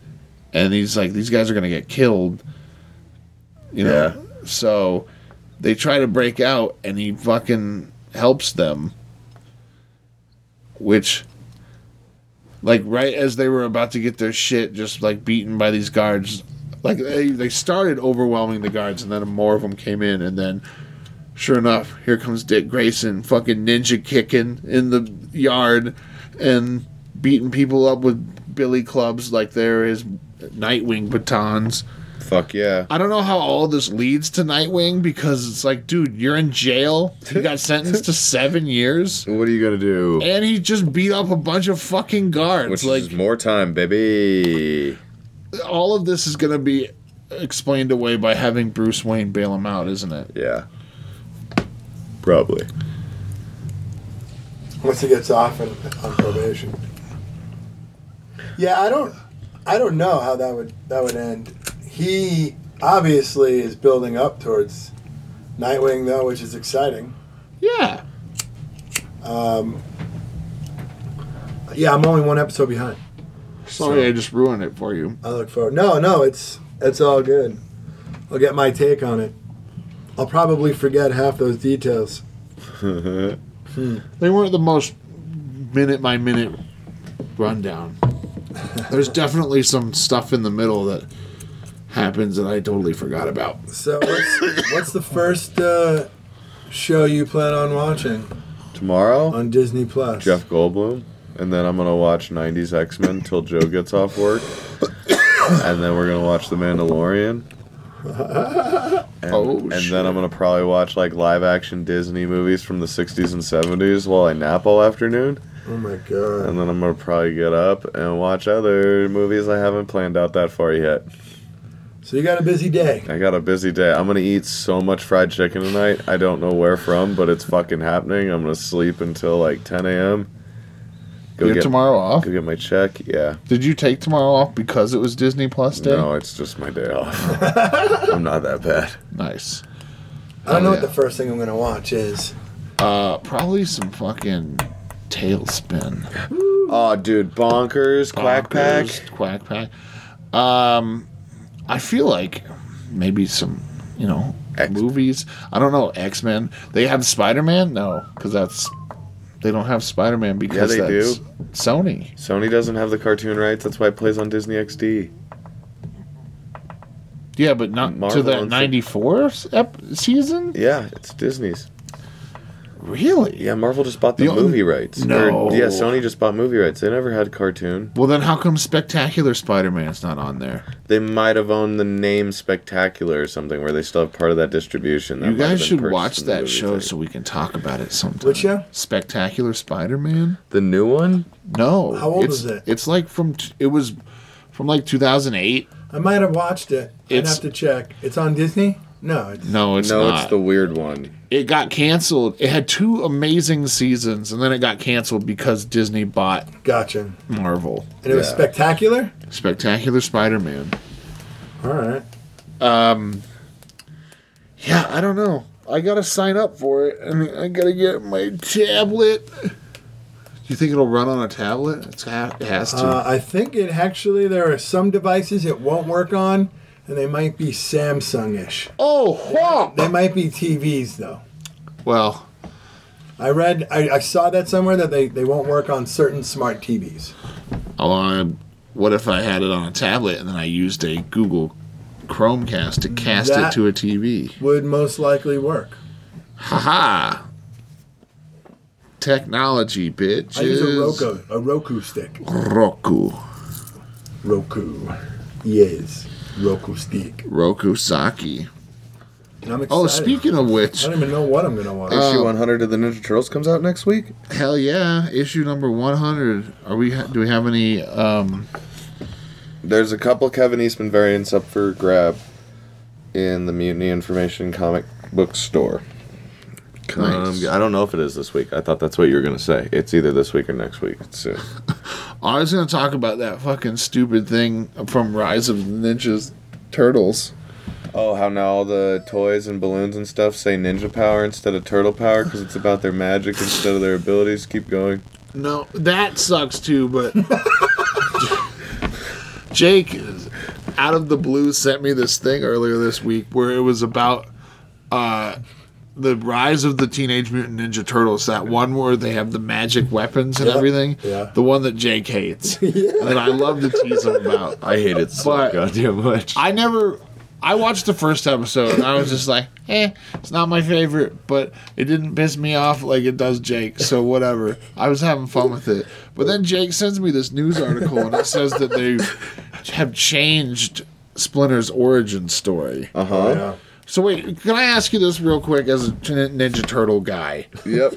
and he's like, these guys are gonna get killed. You know, so they try to break out, and he fucking helps them. Which like right as they were about to get their shit just like beaten by these guards like they, they started overwhelming the guards and then more of them came in and then sure enough here comes dick grayson fucking ninja kicking in the yard and beating people up with billy clubs like they're his nightwing batons Fuck yeah. I don't know how all this leads to Nightwing because it's like, dude, you're in jail. [LAUGHS] You got sentenced to seven years, What are you gonna do? and he just beat up a bunch of fucking guards. Which like, is more time, baby. all of this is going to be explained away by having Bruce Wayne bail him out, isn't it? Yeah. Probably. once he gets off and on probation. Yeah, I don't, I don't know how that would that would end. He obviously is building up towards Nightwing though, which is exciting. Yeah. Yeah, I'm only one episode behind. Sorry, I just ruined it for you. I look forward. No, no, it's it's all good. I'll get my take on it. I'll probably forget half those details. They weren't the most minute by minute [LAUGHS] rundown. There's definitely some stuff in the middle that happens that I totally forgot about. So, what's, what's the first uh, show you plan on watching Tomorrow, on Disney Plus? Jeff Goldblum, and then I'm gonna watch '90s X-Men till Joe gets off [COUGHS] work, and then we're gonna watch The Mandalorian. And, Oh, and shit. then I'm gonna probably watch like live action Disney movies from the 60s and 70s while I nap all afternoon. Oh my god. And then I'm gonna probably get up and watch other movies I haven't planned out that far yet. So you got a busy day. I got a busy day. I'm gonna eat so much fried chicken tonight. I don't know where from, but it's fucking happening. I'm gonna sleep until like 10 a.m. Go You have get tomorrow off? go get my check. Yeah. Did you take tomorrow off because it was Disney Plus Day? No, it's just my day off. [LAUGHS] I'm not that bad. Nice. I don't know Oh, what the yeah. first thing I'm gonna watch is. Uh, probably some fucking tailspin. Oh, dude, bonkers, quack pack. Bonkers, Quack pack. Um, I feel like maybe some, you know, X- movies. I don't know. X Men. They have Spider Man. No, because that's they don't have Spider Man because they that's do. Sony. Sony doesn't have the cartoon rights. That's why it plays on Disney XD. Yeah, but not Marvel to the owns it. '94 ep- season. Yeah, it's Disney's. Really? Yeah, Marvel just bought the, The only- movie rights. No. yeah, Sony just bought movie rights. They never had cartoon. Well, then how come Spectacular Spider Man's not on there? They might have owned the name Spectacular or something, where they still have part of that distribution. That you might have guys been should purchased watch in the that movie show thing. so we can talk about it sometime. Which show? Spectacular Spider Man. The new one? No. How old it's, is it? It's like from t- it was from like 2008. I might have watched it. I'd It's- have to check. It's on Disney. No, it's, No, it's no, not. it's the weird one. it got canceled. It had two amazing seasons, and then it got canceled because Disney bought gotcha. And Marvel. it was Yeah. spectacular. Spectacular Spider-Man. All right. Yeah, I don't know. I gotta sign up for it, and I gotta get my tablet. Do you think it'll run on a tablet? It's ha- it has to. Uh, I think it actually there are some devices it won't work on, and they might be Samsung-ish. oh, whoa! They might be TVs though. Well, I read, I, I saw that somewhere that they, they won't work on certain smart TVs. I'll, uh, what if I had it on a tablet and then I used a Google Chromecast to cast That- it to a TV? Would most likely work. Haha. Technology, bitch. I use a Roku, a Roku stick. Roku. Roku, yes, Roku stick. Roku Saki. And I'm excited. Oh, Uh, speaking of which, um, I don't even know what I'm gonna watch. Issue 100 of the Ninja Turtles comes out next week. hell yeah, issue number 100. Are we ha- do we have any um There's a couple Kevin Eastman variants up for grab in the Mutiny Information comic book store. Um, nice. I don't know if it is this week. I thought that's what you were going to say. It's either this week or next week. It's soon. Oh, I was gonna talk about that fucking stupid thing from Rise of the Ninjas Turtles. Oh, how now all the toys and balloons and stuff say ninja power instead of turtle power because it's about their magic instead of their abilities. Keep going. No, that sucks too, but Jake is- out of the blue sent me this thing earlier this week where it was about uh the rise of the Teenage Mutant Ninja Turtles, that one where they have the magic weapons and everything. yeah. The one that Jake [LAUGHS] hates. That I love to tease him about. I hate it so But- goddamn much. I never. I watched the first episode and I was just like, eh, it's not my favorite, but it didn't piss me off like it does Jake, so whatever. I was having fun with it. But then Jake sends me this news article and it says that they have changed Splinter's origin story. Uh huh. So, wait, can I ask you this real quick as a Ninja Turtle guy? Yep.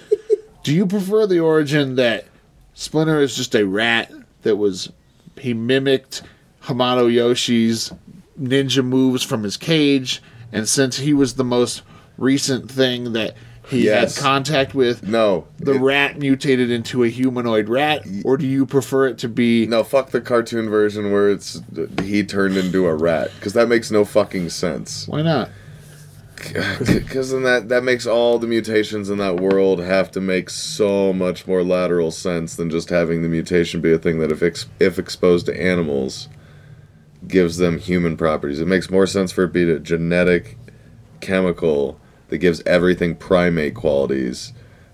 Do you prefer the origin that Splinter is just a rat that was he mimicked Hamato Yoshi's ninja moves from his cage, and since he was the most recent thing that he Yes. had contact with, No. the It- rat mutated into a humanoid rat, or do you prefer it to be No, fuck the cartoon version where it's he turned into a rat because that makes no fucking sense. Why not? Because then that that makes all the mutations in that world have to make so much more lateral sense than just having the mutation be a thing that if ex- if exposed to animals gives them human properties. It makes more sense for it be a genetic chemical that gives everything primate qualities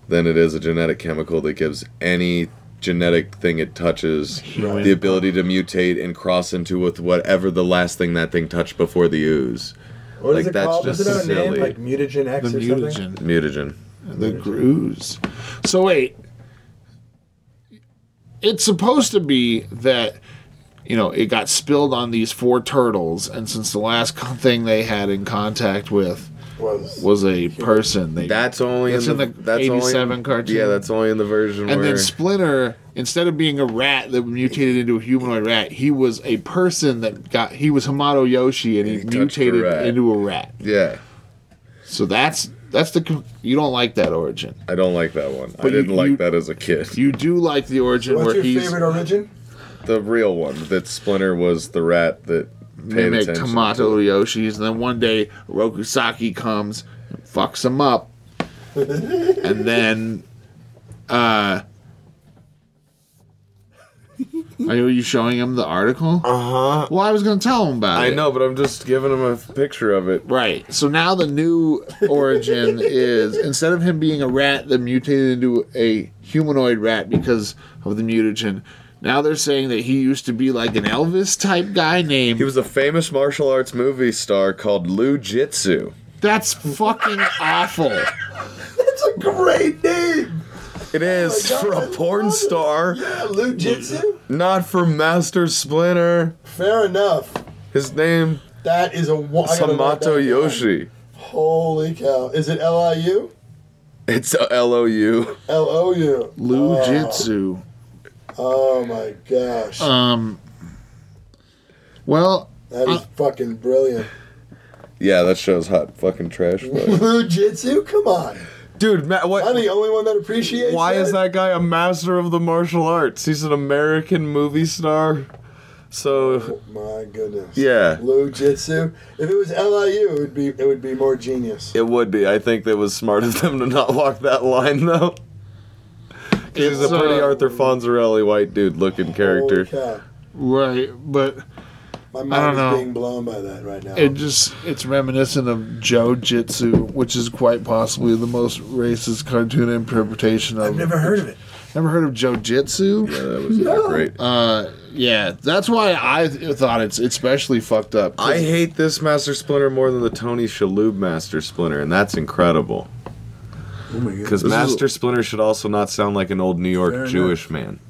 than it is a genetic chemical that gives any genetic thing it touches the ability to mutate and cross into with whatever the last thing that thing touched before the ooze. What is Like, it that's called? Does it just have a name? silly. Like mutagen X the or something? mutagen, Mutagen. the grooves? So wait, it's supposed to be that you know it got spilled on these four turtles, and since the last co- thing they had in contact with Was, was a person, they That's only That's in the, in the that's only- 87 cartoon. Yeah, that's only in the version and where then Splinter, instead of being a rat that mutated into a humanoid rat, he was a person that got he was Hamato Yoshi, and he, He touched a mutated rat. into a rat. yeah, So that's that's the con- you don't like that origin. I don't like that one. I But you- didn't like you- that as a kid. You do like the origin what's where your he's favorite origin? the real one that Splinter was the rat that paid mimic attention. Tomato Yoshi's, and then one day Rokusaki comes and fucks him [LAUGHS] up, and then uh, are you showing him the article? Uh huh. Well, I was gonna tell him about Uh-huh. I it. know, but I'm just giving him a picture of it. Right. So now the new [LAUGHS] origin is instead of him being a rat that mutated into a humanoid rat because of the mutagen, now they're saying that he used to be like an Elvis type guy named He was a famous martial arts movie star called Lou Jitsu. That's fucking awful. That's a great name. It is for a porn star, Yeah, Lou Jitsu. not for Master Splinter. Fair enough. His name That is a one. is Hamato Yoshi. Holy cow! Is it L I U? It's a L O U. L O U. Lou Jitsu. Oh my gosh, Um. Well, that is fucking brilliant. Yeah, that show's hot fucking trash. but- Lou Jitsu, come on! Dude, Matt, what? I'm the only one that appreciates. Why that? is that guy a master of the martial arts? He's an American movie star. So My goodness. yeah, Lou Jitsu. If it was L I U, it would be it would be more genius. it would be. I think that was smart of them to not walk that line though. 'Cause He's a It's, pretty uh, Arthur Fonzarelli white dude looking character. Holy cow. right, but My don't mind know. is being blown by that right now. it just—it's reminiscent of Joe Jitsu, which is quite possibly the most racist cartoon interpretation of. I've never heard of it. Never heard of Joe Jitsu? Yeah, that was not great. [LAUGHS] Yeah, that's why I th- thought it's especially fucked up. I hate this Master Splinter more than the Tony Shalhoub Master Splinter, and that's incredible. Oh my god. Because Master Splinter should also not sound like an old New York Fair Jewish man.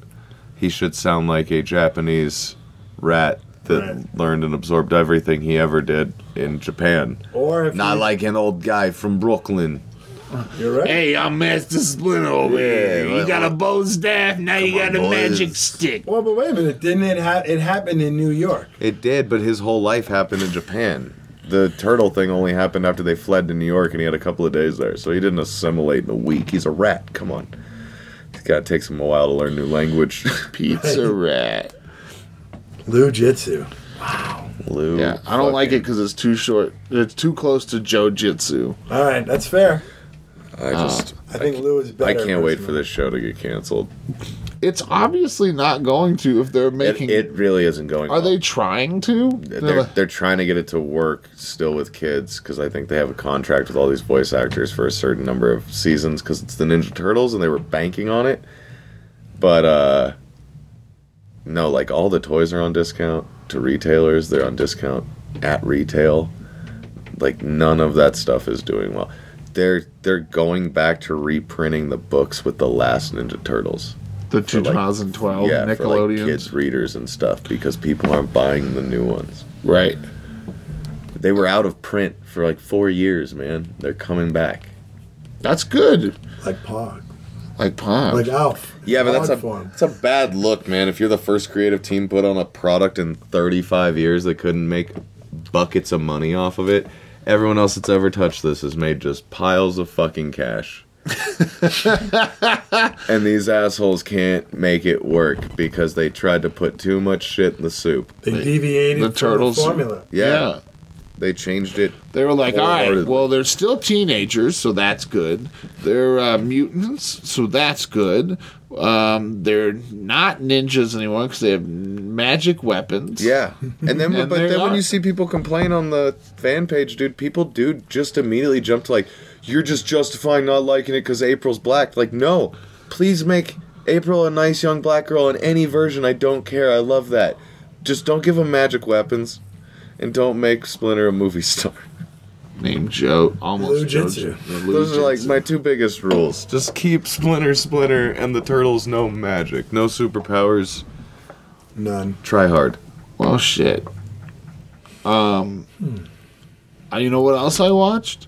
He should sound like a Japanese rat that Right. learned and absorbed everything he ever did in Japan. Or if Not you- like an old guy from Brooklyn. you're right. Hey, I'm Master Splinter over here. well, You got a bow staff, now you on, got a boys. magic stick. Well, but wait a minute. Didn't it ha- it happened in New York? It did, but his whole life happened in Japan. The turtle thing only happened after they fled to New York, and he had a couple of days there, so he didn't assimilate in a week. He's a rat. Come on. God, it takes them a while to learn new [LAUGHS] language. Pizza rat. Lou Jitsu. Lou. Yeah, I don't like it fucking- because it's too short. It's too close to Jojitsu. All right, that's fair. I Oh. just. I think Lou is better. I can't wait for personally. this show to get canceled. It's obviously not going to if they're It, making. it really isn't going. are well. they trying to? They're they're trying to get it to work still with kids because I think they have a contract with all these voice actors for a certain number of seasons because it's the Ninja Turtles and they were banking on it. But uh, no, like all the toys are on discount to retailers. They're on discount at retail. Like none of that stuff is doing well. They're they're going back to reprinting the books with the last Ninja Turtles the for, like, 2012 for, like, Nickelodeon. kids readers and stuff because people aren't buying the new ones. right. They were out of print for like four years, man. They're coming back. That's good. Like Pog. Like pop. Like Alf. Yeah, but that's Pog a form. it's a bad look, man. If you're the first creative team put on a product in 35 years that couldn't make buckets of money off of it, everyone else that's ever touched this has made just piles of fucking cash. and these assholes can't make it work because they tried to put too much shit in the soup. They deviated the from turtles- the formula. Yeah, yeah. they changed it They were like, all right, Wholeheartedly. well, they're still teenagers, so that's good. They're uh, mutants, so that's good. Um, they're not ninjas anymore because they have magic weapons. Yeah, and then [LAUGHS] And but they then when are. you see people complain on the fan page, dude, people do just immediately jump to like, you're just justifying not liking it because April's black. Like, no, please make April a nice young black girl in any version. I don't care. I love that. Just don't give them magic weapons, and don't make Splinter a movie [LAUGHS] star. Named Joe, almost Lujitsu. Jojo. Those are like Lujitsu. my two biggest rules. Just keep Splinter, Splinter, and the Turtles. No magic, no superpowers. None. Try hard. Well, shit. Um, uh, you know what else I watched?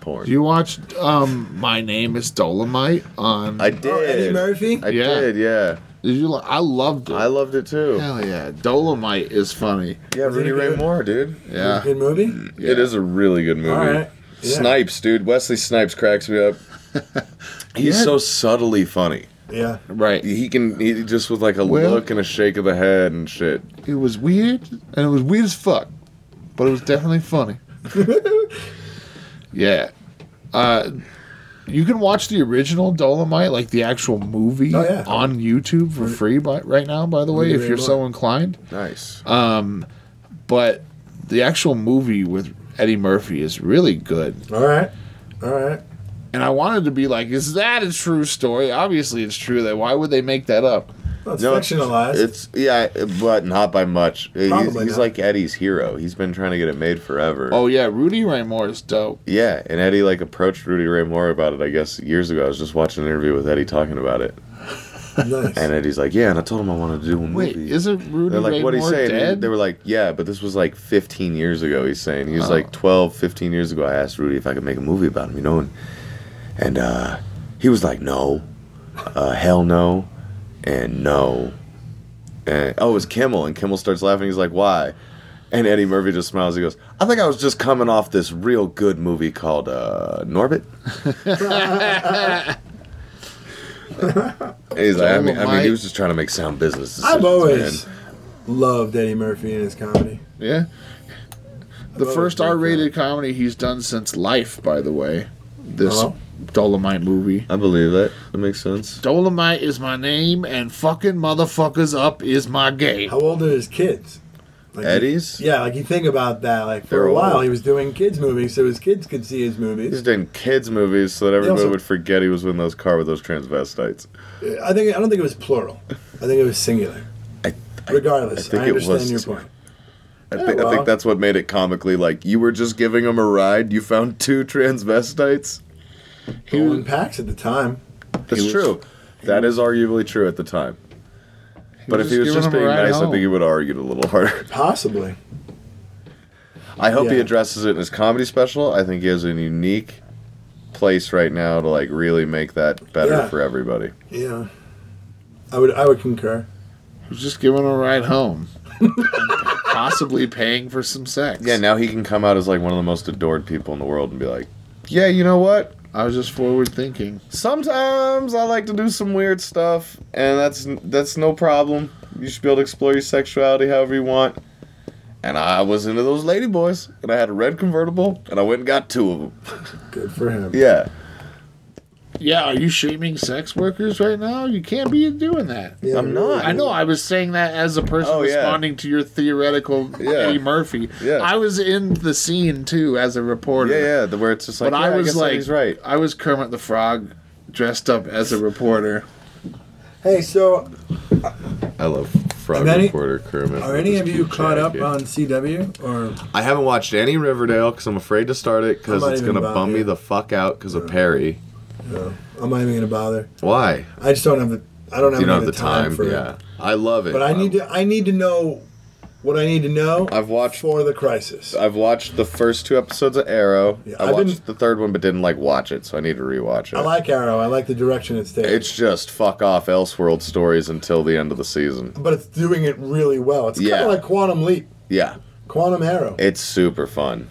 Porn. You watched um, My Name Is Dolomite on. I did. Oh, Eddie Murphy? I Yeah. did. Yeah. did you? Li- I loved it. I loved it too. Hell yeah, Dolomite is funny. Yeah, Was it Rudy a Ray good- Moore, dude. Yeah. Good movie? It is a really good Mm, movie. All right. Yeah. Snipes, dude. Wesley Snipes cracks me up. He's Yeah. so subtly funny. Yeah. Right. He can he just with like a Well- look and a shake of the head and shit. It was weird, and it was weird as fuck, but it was definitely funny. yeah. Uh, you can watch the original Dolomite, like the actual movie, Oh, yeah. on YouTube for free by, right now, by the way, Really if you're good. so inclined. Nice. Uh, But the actual movie with Eddie Murphy is really good. All right. All right. And I wanted to be like, is that a true story? Obviously, it's true. That why would they make that up? Well, it's No, it's- fictionalized. it's yeah, but not by much. He's, Probably he's not. like Eddie's hero. He's been trying to get it made forever. Oh yeah, Rudy Ray Moore is dope. Yeah, and Eddie like approached Rudy Ray Moore about it. I guess years ago, I was just watching an interview with Eddie talking about it, [LAUGHS] nice. and Eddie's like, "Yeah," and I told him I wanted to do a movie. Wait, isn't Rudy They're like, Ray what he's Moore saying? dead? They were like, yeah, but this was like 15 years ago, he's saying. He was Oh. like 12, 15 years ago. I asked Rudy if I could make a movie about him, you know? And, and uh, he was like, no, uh, hell no, and no. And, oh, it was Kimmel. And Kimmel starts laughing. He's like, why? And Eddie Murphy just smiles. He goes, I think I was just coming off this real good movie called uh, [LAUGHS] Norbit. And he's like, I mean, I mean, he was just trying to make sound business decisions. I've man. always loved Eddie Murphy and his comedy. Yeah. The love first that R rated comedy he's done since Life, by the way. This Oh. Dolomite movie. I believe that. That makes sense. Dolomite is my name, and fucking motherfuckers up is my gay. How old are his kids? Like, Eddie's? Yeah, like you think about that. Like for They're a while, old. he was doing kids movies, so his kids could see his He's movies. doing kids movies so that everybody also- would forget he was in those car with those transvestites. I think I don't think it was plural. I think it was singular. I- Regardless, I, I think it understand was your too. point. I, Yeah, think I well. think that's what made it comically like you were just giving him a ride. You found two transvestites. Golden Pax at the time. That's true. That is arguably true at the time. But if was he was just just giving being him a ride nice, I home. think he would have argued a little [LAUGHS] harder. Possibly. I hope he Yeah. addresses it in his comedy special. I think he has a unique place right now to like really make that better Yeah. for everybody. Yeah. I would I would concur. He's just giving a [LAUGHS] ride home. Possibly paying for some sex. Yeah, now he can come out as like one of the most adored people in the world and be like, "Yeah, you know what? I was just forward thinking. Sometimes I like to do some weird stuff, and that's that's no problem. You should be able to explore your sexuality however you want. And I was into those lady boys, and I had a red convertible, and I went and got two [LAUGHS] of them. Good for him. Yeah, Yeah, are you shaming sex workers right now? You can't be doing that. Yeah, I'm not. I know. I was saying that as a person Oh, yeah. responding to your theoretical Yeah. Eddie Murphy. Yeah. I was in the scene too as a reporter. Yeah, yeah, the, where it's just like, But I yeah, was guess like, Eddie's right. I was Kermit the Frog, dressed up as a reporter. Hey, so I love Frog Are any- Reporter Kermit. are any of you caught up on? on CW or I haven't watched any Riverdale because I'm afraid to start it I'm because not it's even gonna about bum me it. the fuck out because of Perry. I'm not even gonna bother. Why? I just don't have the I don't have, You don't have the the time, time. for yeah, it. I love it. But I need I'm- to I need to know what I need to know. I've watched- for the crisis. I've watched the first two episodes of Arrow. Yeah, I I've been- watched the third one, but didn't like watch it, so I need to rewatch it. I like Arrow. I like the direction it's taking. It's just fuck off Elseworld stories until the end of the season. but it's doing it really well. It's kind Yeah. of like Quantum Leap, Yeah, Quantum Arrow. it's super fun.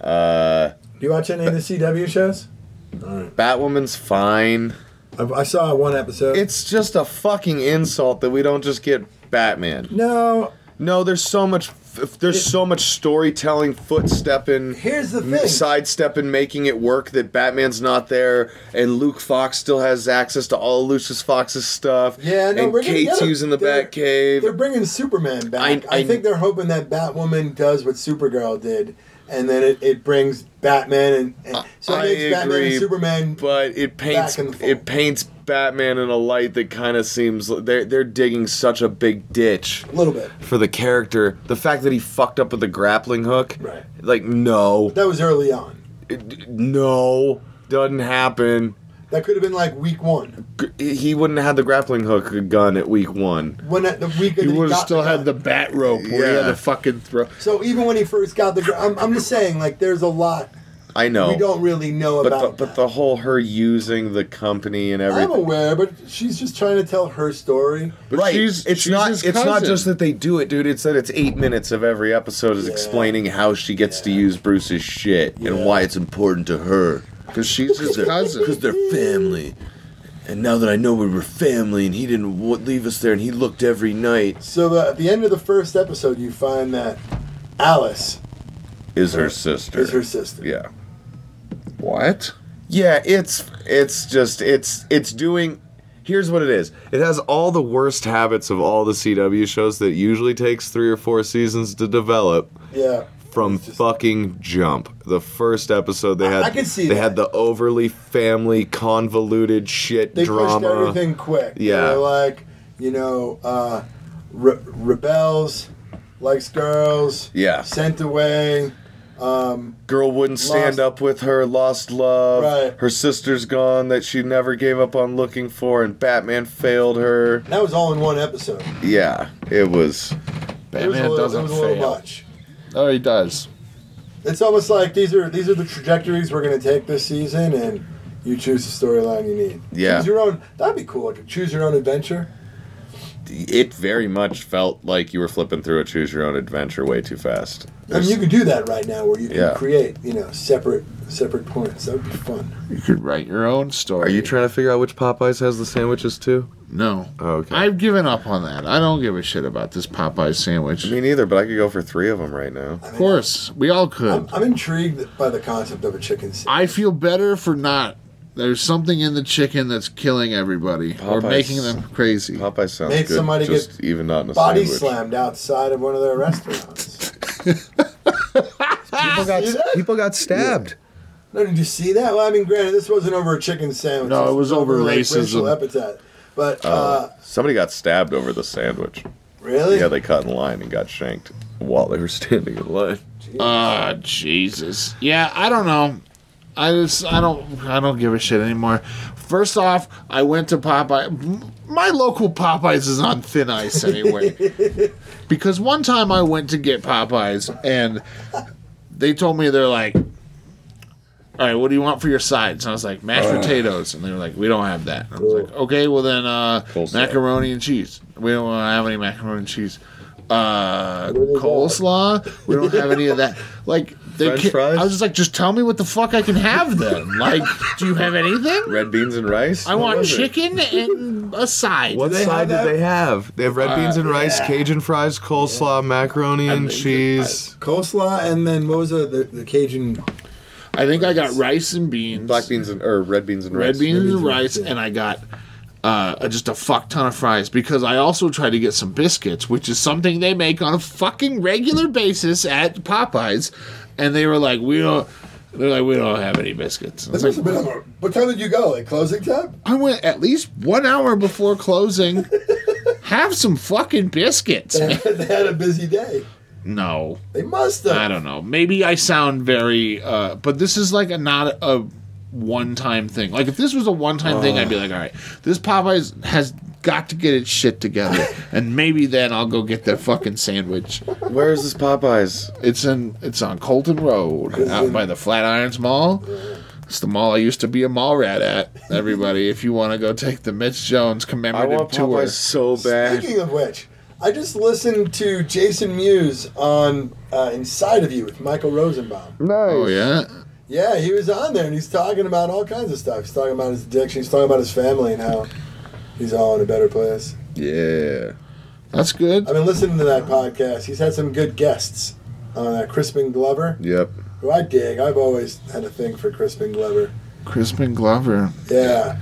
Uh, Do you watch any of the CW shows? Batwoman's fine. I, I saw one episode. It's just a fucking insult that we don't just get Batman. no. No, there's so much. f- There's so much storytelling, footstepping, Here's the m- thing. sidestepping, making it work that Batman's not there, and Luke Fox still has access to all Lucius Fox's stuff. Yeah, no, and we're gonna get Kate's him. using the They're- They're Batcave. bringing Superman back. I, I- I- think they're hoping that Batwoman does what Supergirl did, and then it, it brings Batman and, and so it I makes Batman and agree, Superman. But it paints and forth. it paints Batman in a light that kind of seems li- they're they're digging such a big ditch. a little bit. for the character. The fact that he fucked up with the grappling hook, Right. Like no, That was early on. It- no, doesn't happen. That could have been like week one G- He wouldn't have had the grappling hook gun at week one. when that, the week that You he would have got still the had the gun. bat rope where you Yeah. had to fucking throw. So even when he first got the, gun- I'm, I'm just saying like there's a lot I know, we don't really know but the, about. but that. the whole her using the company and I'm everything. aware, but she's just trying to tell her story. But Oh, Right, she's- it's she's not. his It's not cousin. just that they do it, dude. It's that it's eight minutes of every episode is explaining how she gets to use Bruce's shit and why it's important to her. because she's his cousin. because they're family. And now that I know we were family, and he didn't w- leave us there, and he looked every night. So the, at the end of the first episode, you find that Alice Is her sister? is her sister. Yeah. What? Yeah. It's it's just it's it's doing. Here's what it is. It has all the worst habits of all the CW shows that usually takes three or four seasons to develop. Yeah. From fucking jump, the first episode they I- had, I can see they that. had the overly family convoluted shit They drama. pushed everything quick. Yeah. They were like, you know, uh, re- rebels, likes girls. Yeah. Sent away. Um, girl wouldn't Lost- stand up with her lost love Right. her sister's gone that she never gave up on looking for and batman failed her That was all in one episode. yeah it it was was a Batman little, it doesn't was a little fail. much. Oh, he does. It's almost like these are these are the trajectories we're going to take this season, and you choose the storyline you need. Yeah. Choose your own. That'd be cool. Like a choose your own adventure. it very much felt like you were flipping through a choose your own adventure way too fast I mean, you could do that right now, where you can Yeah. create, you know, separate separate points. That would be fun. You could write your own story. are you trying to figure out which popeyes has the sandwiches too No. Oh, okay I've given up on that. I don't give a shit about this Popeye sandwich. me neither but i could go for three of them right now of course, we all could. I'm, I'm intrigued by the concept of a chicken sandwich. I feel better for not. There's something in the chicken that's killing everybody or Popeye's- making them crazy. popeye sounds Made good somebody just get even not in a Body sandwich slammed outside of one of their restaurants. people got, people got stabbed no, did you see that? Well, I mean, granted, this wasn't over a chicken sandwich. No, This it was over like, racism. racial epithet. But uh, somebody got stabbed over the sandwich really, Yeah, they caught in line and got shanked while they were standing in line. Ah, Jesus. Yeah, I don't know. I just I don't I don't give a shit anymore. First off, I went to Popeye. My local Popeyes is on thin ice anyway. [LAUGHS] because one time I went to get Popeyes and they told me they're like, "All right, what do you want for your sides?" And I was like, "Mashed Uh. potatoes," and they were like, "We don't have that." And I was like, "Okay, well then, uh, Coleslaw. macaroni and cheese. We don't want to have any macaroni and cheese." Uh, coleslaw. We don't have any of that. Like They French ca- fries? I was just like, just tell me what the fuck I can have then. like, do you have anything? Red beans and rice. I What want was it? chicken and a side. What they have side did that? they have? They have red beans Uh, and rice, Cajun fries, coleslaw, macaroni and think that- cheese. Coleslaw and then what was the, the, the Cajun? I think I got rice and beans, Black beans and or red beans and rice. red beans and and rice, rice, yeah. and I got uh, just a fuck ton of fries because I also tried to get some biscuits, which is something they make on a fucking regular basis at Popeyes, and they were like, we don't. They're like, we don't have any biscuits. And I was like, been a- what time did you go? Like closing time? I went at least one hour before closing. Have some fucking biscuits. man. [LAUGHS] they had a busy day. No, They must have. I don't know. Maybe I sound very, uh, but this is like a not a one-time thing. Like if this was a one-time thing, I'd be like, all right, this Popeyes has got to get its [LAUGHS] shit together, and maybe then I'll go get that fucking sandwich. Where is this Popeyes? It's in it's on Colton Road out by the Flatirons Mall. It's the mall I used to be a mall rat at. Everybody, if you want to go take the Mitch Jones I commemorative want tour, Popeyes so bad. Speaking of which, I just listened to Jason Mewes on uh, Inside of You with Michael Rosenbaum. oh yeah, Yeah, he was on there and he's talking about all kinds of stuff. He's talking about his addiction, he's talking about his family and how he's all in a better place. Yeah. that's good. I've been listening to that podcast. He's had some good guests on that. Crispin Glover, Yep. who I dig. I've always had a thing for Crispin Glover. Crispin Glover. Yeah.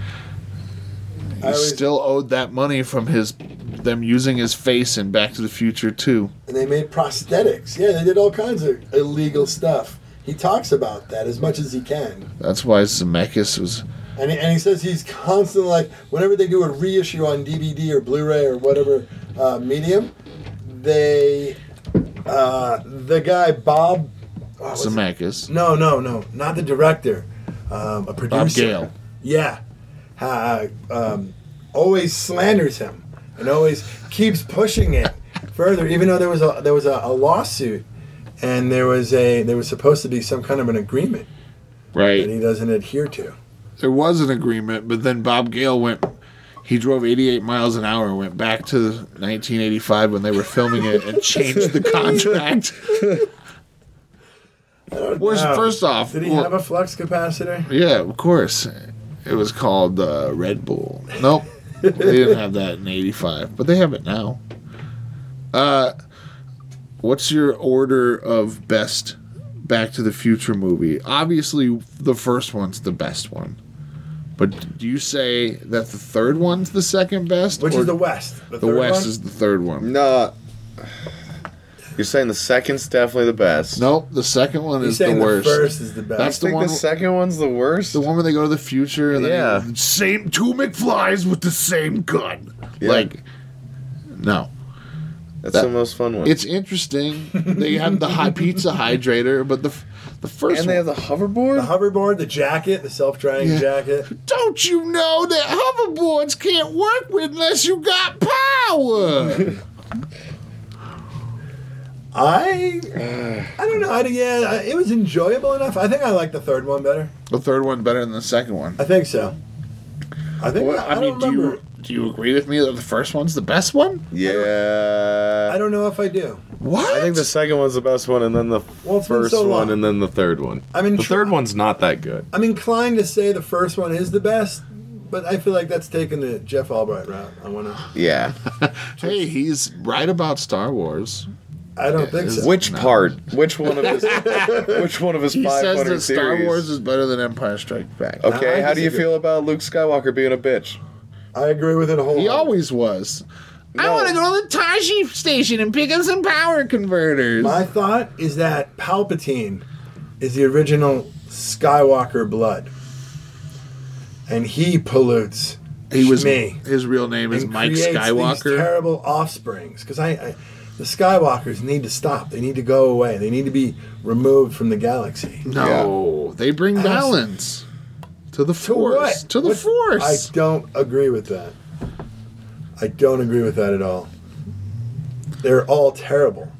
I He always, still owed that money from his them using his face in Back to the Future too. and they made prosthetics. Yeah, they did all kinds of illegal stuff. He talks about that as much as he can. That's why Zemeckis was. And he, and he says he's constantly like, whenever they do a reissue on DVD or Blu-ray or whatever uh, medium, they, uh, the guy Bob, oh, what's his- Zemeckis. no, no, no, not the director, um, a producer, Bob Gale. yeah, uh, um, always slanders him and always keeps pushing it further, even though there was a there was a, a lawsuit and there was a there was supposed to be some kind of an agreement that Right. he doesn't adhere to. There was an agreement, but then Bob Gale went. He drove 88 miles an hour, went back to 1985 when they were filming it, and [LAUGHS] changed the contract. Where's, know. first off, Did he well, have a flux capacitor? yeah, of course, it was called uh, Red Bull. Nope, they didn't have that in '85, but they have it now. Uh, what's your order of best Back to the Future movie? Obviously, the first one's the best one, but do you say that the third one's the second best? Which or is the West. the third West one? is the third one. Nah. You're saying the second's definitely the best. Nope, the second one He's is the saying worst. the first is the best. That's I the think one. the second one's the worst. the one where they go to the future and Yeah. then same two McFlys with the same gun. Yeah. Like no. That's that- the most fun one. It's interesting. they have the [LAUGHS] hot pizza hydrator, but the f- the first and they one, have the hoverboard. the hoverboard, the jacket, the self-drying Yeah. jacket. Don't you know that hoverboards can't work unless you [LAUGHS] got power? I I don't know. I, yeah, I- it was enjoyable enough. I think I like the third one better. the third one better than the second one. I think so. I think Well, I, I, don't mean, do remember. you do you agree with me that the first one's the best one? yeah. I don't know if I do. What? I think the second one's the best one, and then the Well, it's been first so long. one, and then the third one. I'm in The tr- third one's not that good. I'm inclined to say the first one is the best, but I feel like that's taking the Jeff Albright route. I want to. [LAUGHS] Yeah. hey, he's right about Star Wars. I don't think so. Which part? Which [LAUGHS] one of his? [LAUGHS] which one of his He five says hundred that Star series? Wars is better than Empire Strikes Back. okay, I how do you disagree. feel about Luke Skywalker being a bitch? I agree with it whole. He always was. I No. want to go to the Tashi station and pick up some power converters. My thought is that Palpatine is the original Skywalker blood, and he pollutes. he was me. His real name is and Mike creates these Skywalker. terrible offsprings, because I, I, the Skywalkers need to stop. They need to go away. They need to be removed from the galaxy. No, they bring balance to the force. To, the What- force. I don't agree with that. I don't agree with that at all. They're all terrible.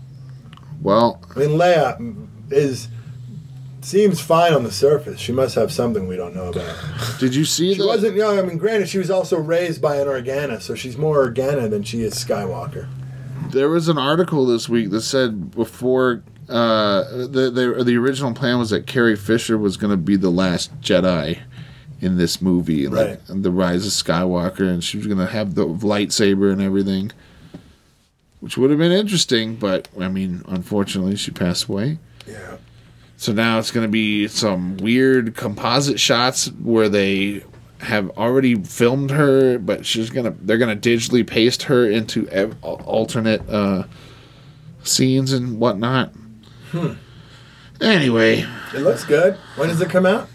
well, I mean, Leia is seems fine on the surface. She must have something we don't know about. did you see She the wasn't young. I mean, granted, she was also raised by an Organa, so she's more Organa than she is Skywalker. There was an article this week that said before uh, the, the the original plan was that Carrie Fisher was going to be the last Jedi in this movie, like, Right. and the Rise of Skywalker, and she was going to have the lightsaber and everything, which would have been interesting. But I mean, unfortunately, she passed away. Yeah. So now it's going to be some weird composite shots where they have already filmed her, but she's gonna they're gonna digitally paste her into ev- al- alternate uh, scenes and whatnot. Hmm. Anyway, It looks good. When does it come out?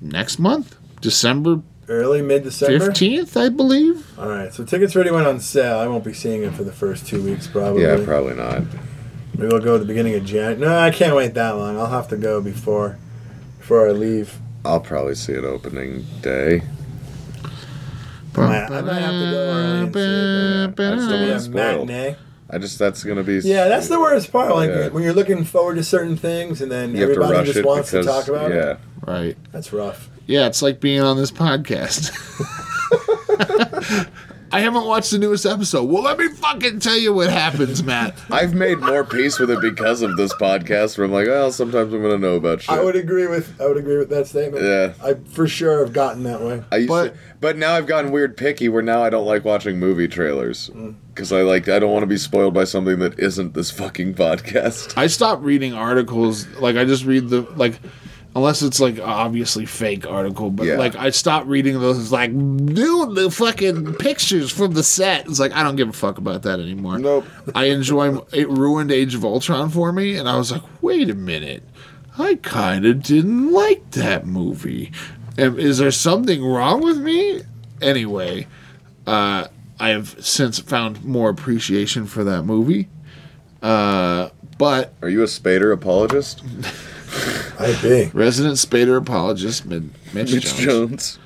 next month, December Early mid December. fifteenth, I believe. All right, so tickets already went on sale. I won't be seeing it for the first two weeks, probably. Yeah, probably not. Maybe we'll go at the beginning of January. No, I can't wait that long. I'll have to go before, before I leave. I'll probably see it opening day. I might, I might have to go early and see it. but- I just don't want Yeah, it spoiled. matinee. I just that's gonna be. Yeah, that's the worst part. Like Yeah. when you're looking forward to certain things, and then You have to everybody rush just it wants because to talk about yeah, it. Right. That's rough. Yeah, it's like being on [LAUGHS] this podcast. [LAUGHS] I haven't watched the newest episode. Well, let me fucking tell you what happens, Matt. I've made more peace with it because of this podcast. Where I'm like, well, sometimes I'm gonna know about shit. I would agree with I would agree with that statement. Yeah. I for sure have gotten that way. I used but, to, but now I've gotten weird picky where now I don't like watching movie trailers because I like I don't want to be spoiled by something that isn't this fucking podcast. I stopped reading articles. Like I just read the like, unless it's like obviously fake article. But Yeah. like I stopped reading those. Like do the fucking pictures from the set. It's like I don't give a fuck about that anymore. Nope. I enjoy it. Ruined Age of Ultron for me, and I was like, wait a minute, I kind of didn't like that movie. Am- Is there something wrong with me? Anyway, uh, I have since found more appreciation for that movie. Uh, but are you a Spader apologist? I'd be resident Spader apologist, Mid- Mitch, Mitch Jones,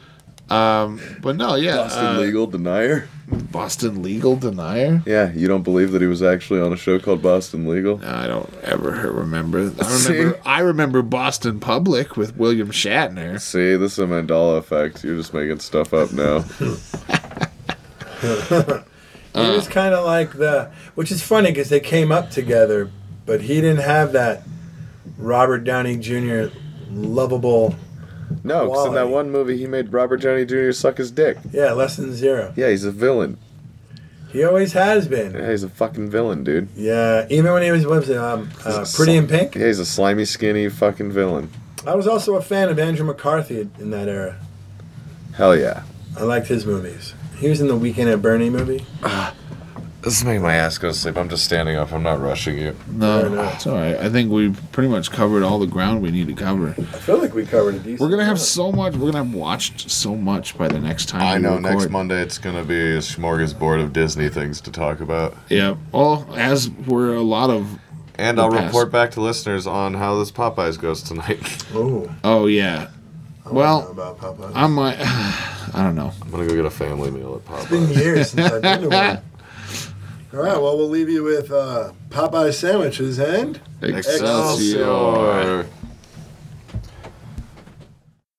Um, but no, yeah, Boston uh, legal denier. Boston legal denier. Yeah, you don't believe that he was actually on a show called Boston Legal? No, I don't ever remember. [LAUGHS] I See? remember. I remember Boston Public with William Shatner. See, this is a Mandela effect. You're just making stuff up [LAUGHS] now. Uh. it was kind of like the, which is funny because they came up together, but he didn't have that Robert Downey Jr. lovable. No, because in that Quality. one movie, he made Robert Downey Jr. suck his dick. Yeah, less than zero. Yeah, he's a villain. He always has been. Yeah, he's a fucking villain, dude. Yeah, even when he was what was it, um, uh, Pretty in Pink. Yeah, he's a slimy, skinny fucking villain. I was also a fan of Andrew McCarthy in that era. Hell yeah. I liked his movies. He was in the Weekend at Bernie movie. This is making my ass go to sleep. I'm just standing up. I'm not rushing you. Fair No, enough. it's all right. I think we've pretty much covered all the ground we need to cover. I feel like we covered a decent. We're gonna have amount. so much. We're gonna have watched so much by the next time. I we know. Next record. Monday, it's going to be a smorgasbord of Disney things to talk about. Yeah. Well, as we're a lot of. And We'll I'll pass. report back to listeners on how this Popeyes goes tonight. [LAUGHS] Ooh, Oh yeah. I don't know Well, about Popeye. I might. [SIGHS] I don't know. I'm going to go get a family meal at It's been Popeyes. years since I've [LAUGHS] been to one. All right, well, we'll leave you with uh, Popeye sandwiches and. Excelsior.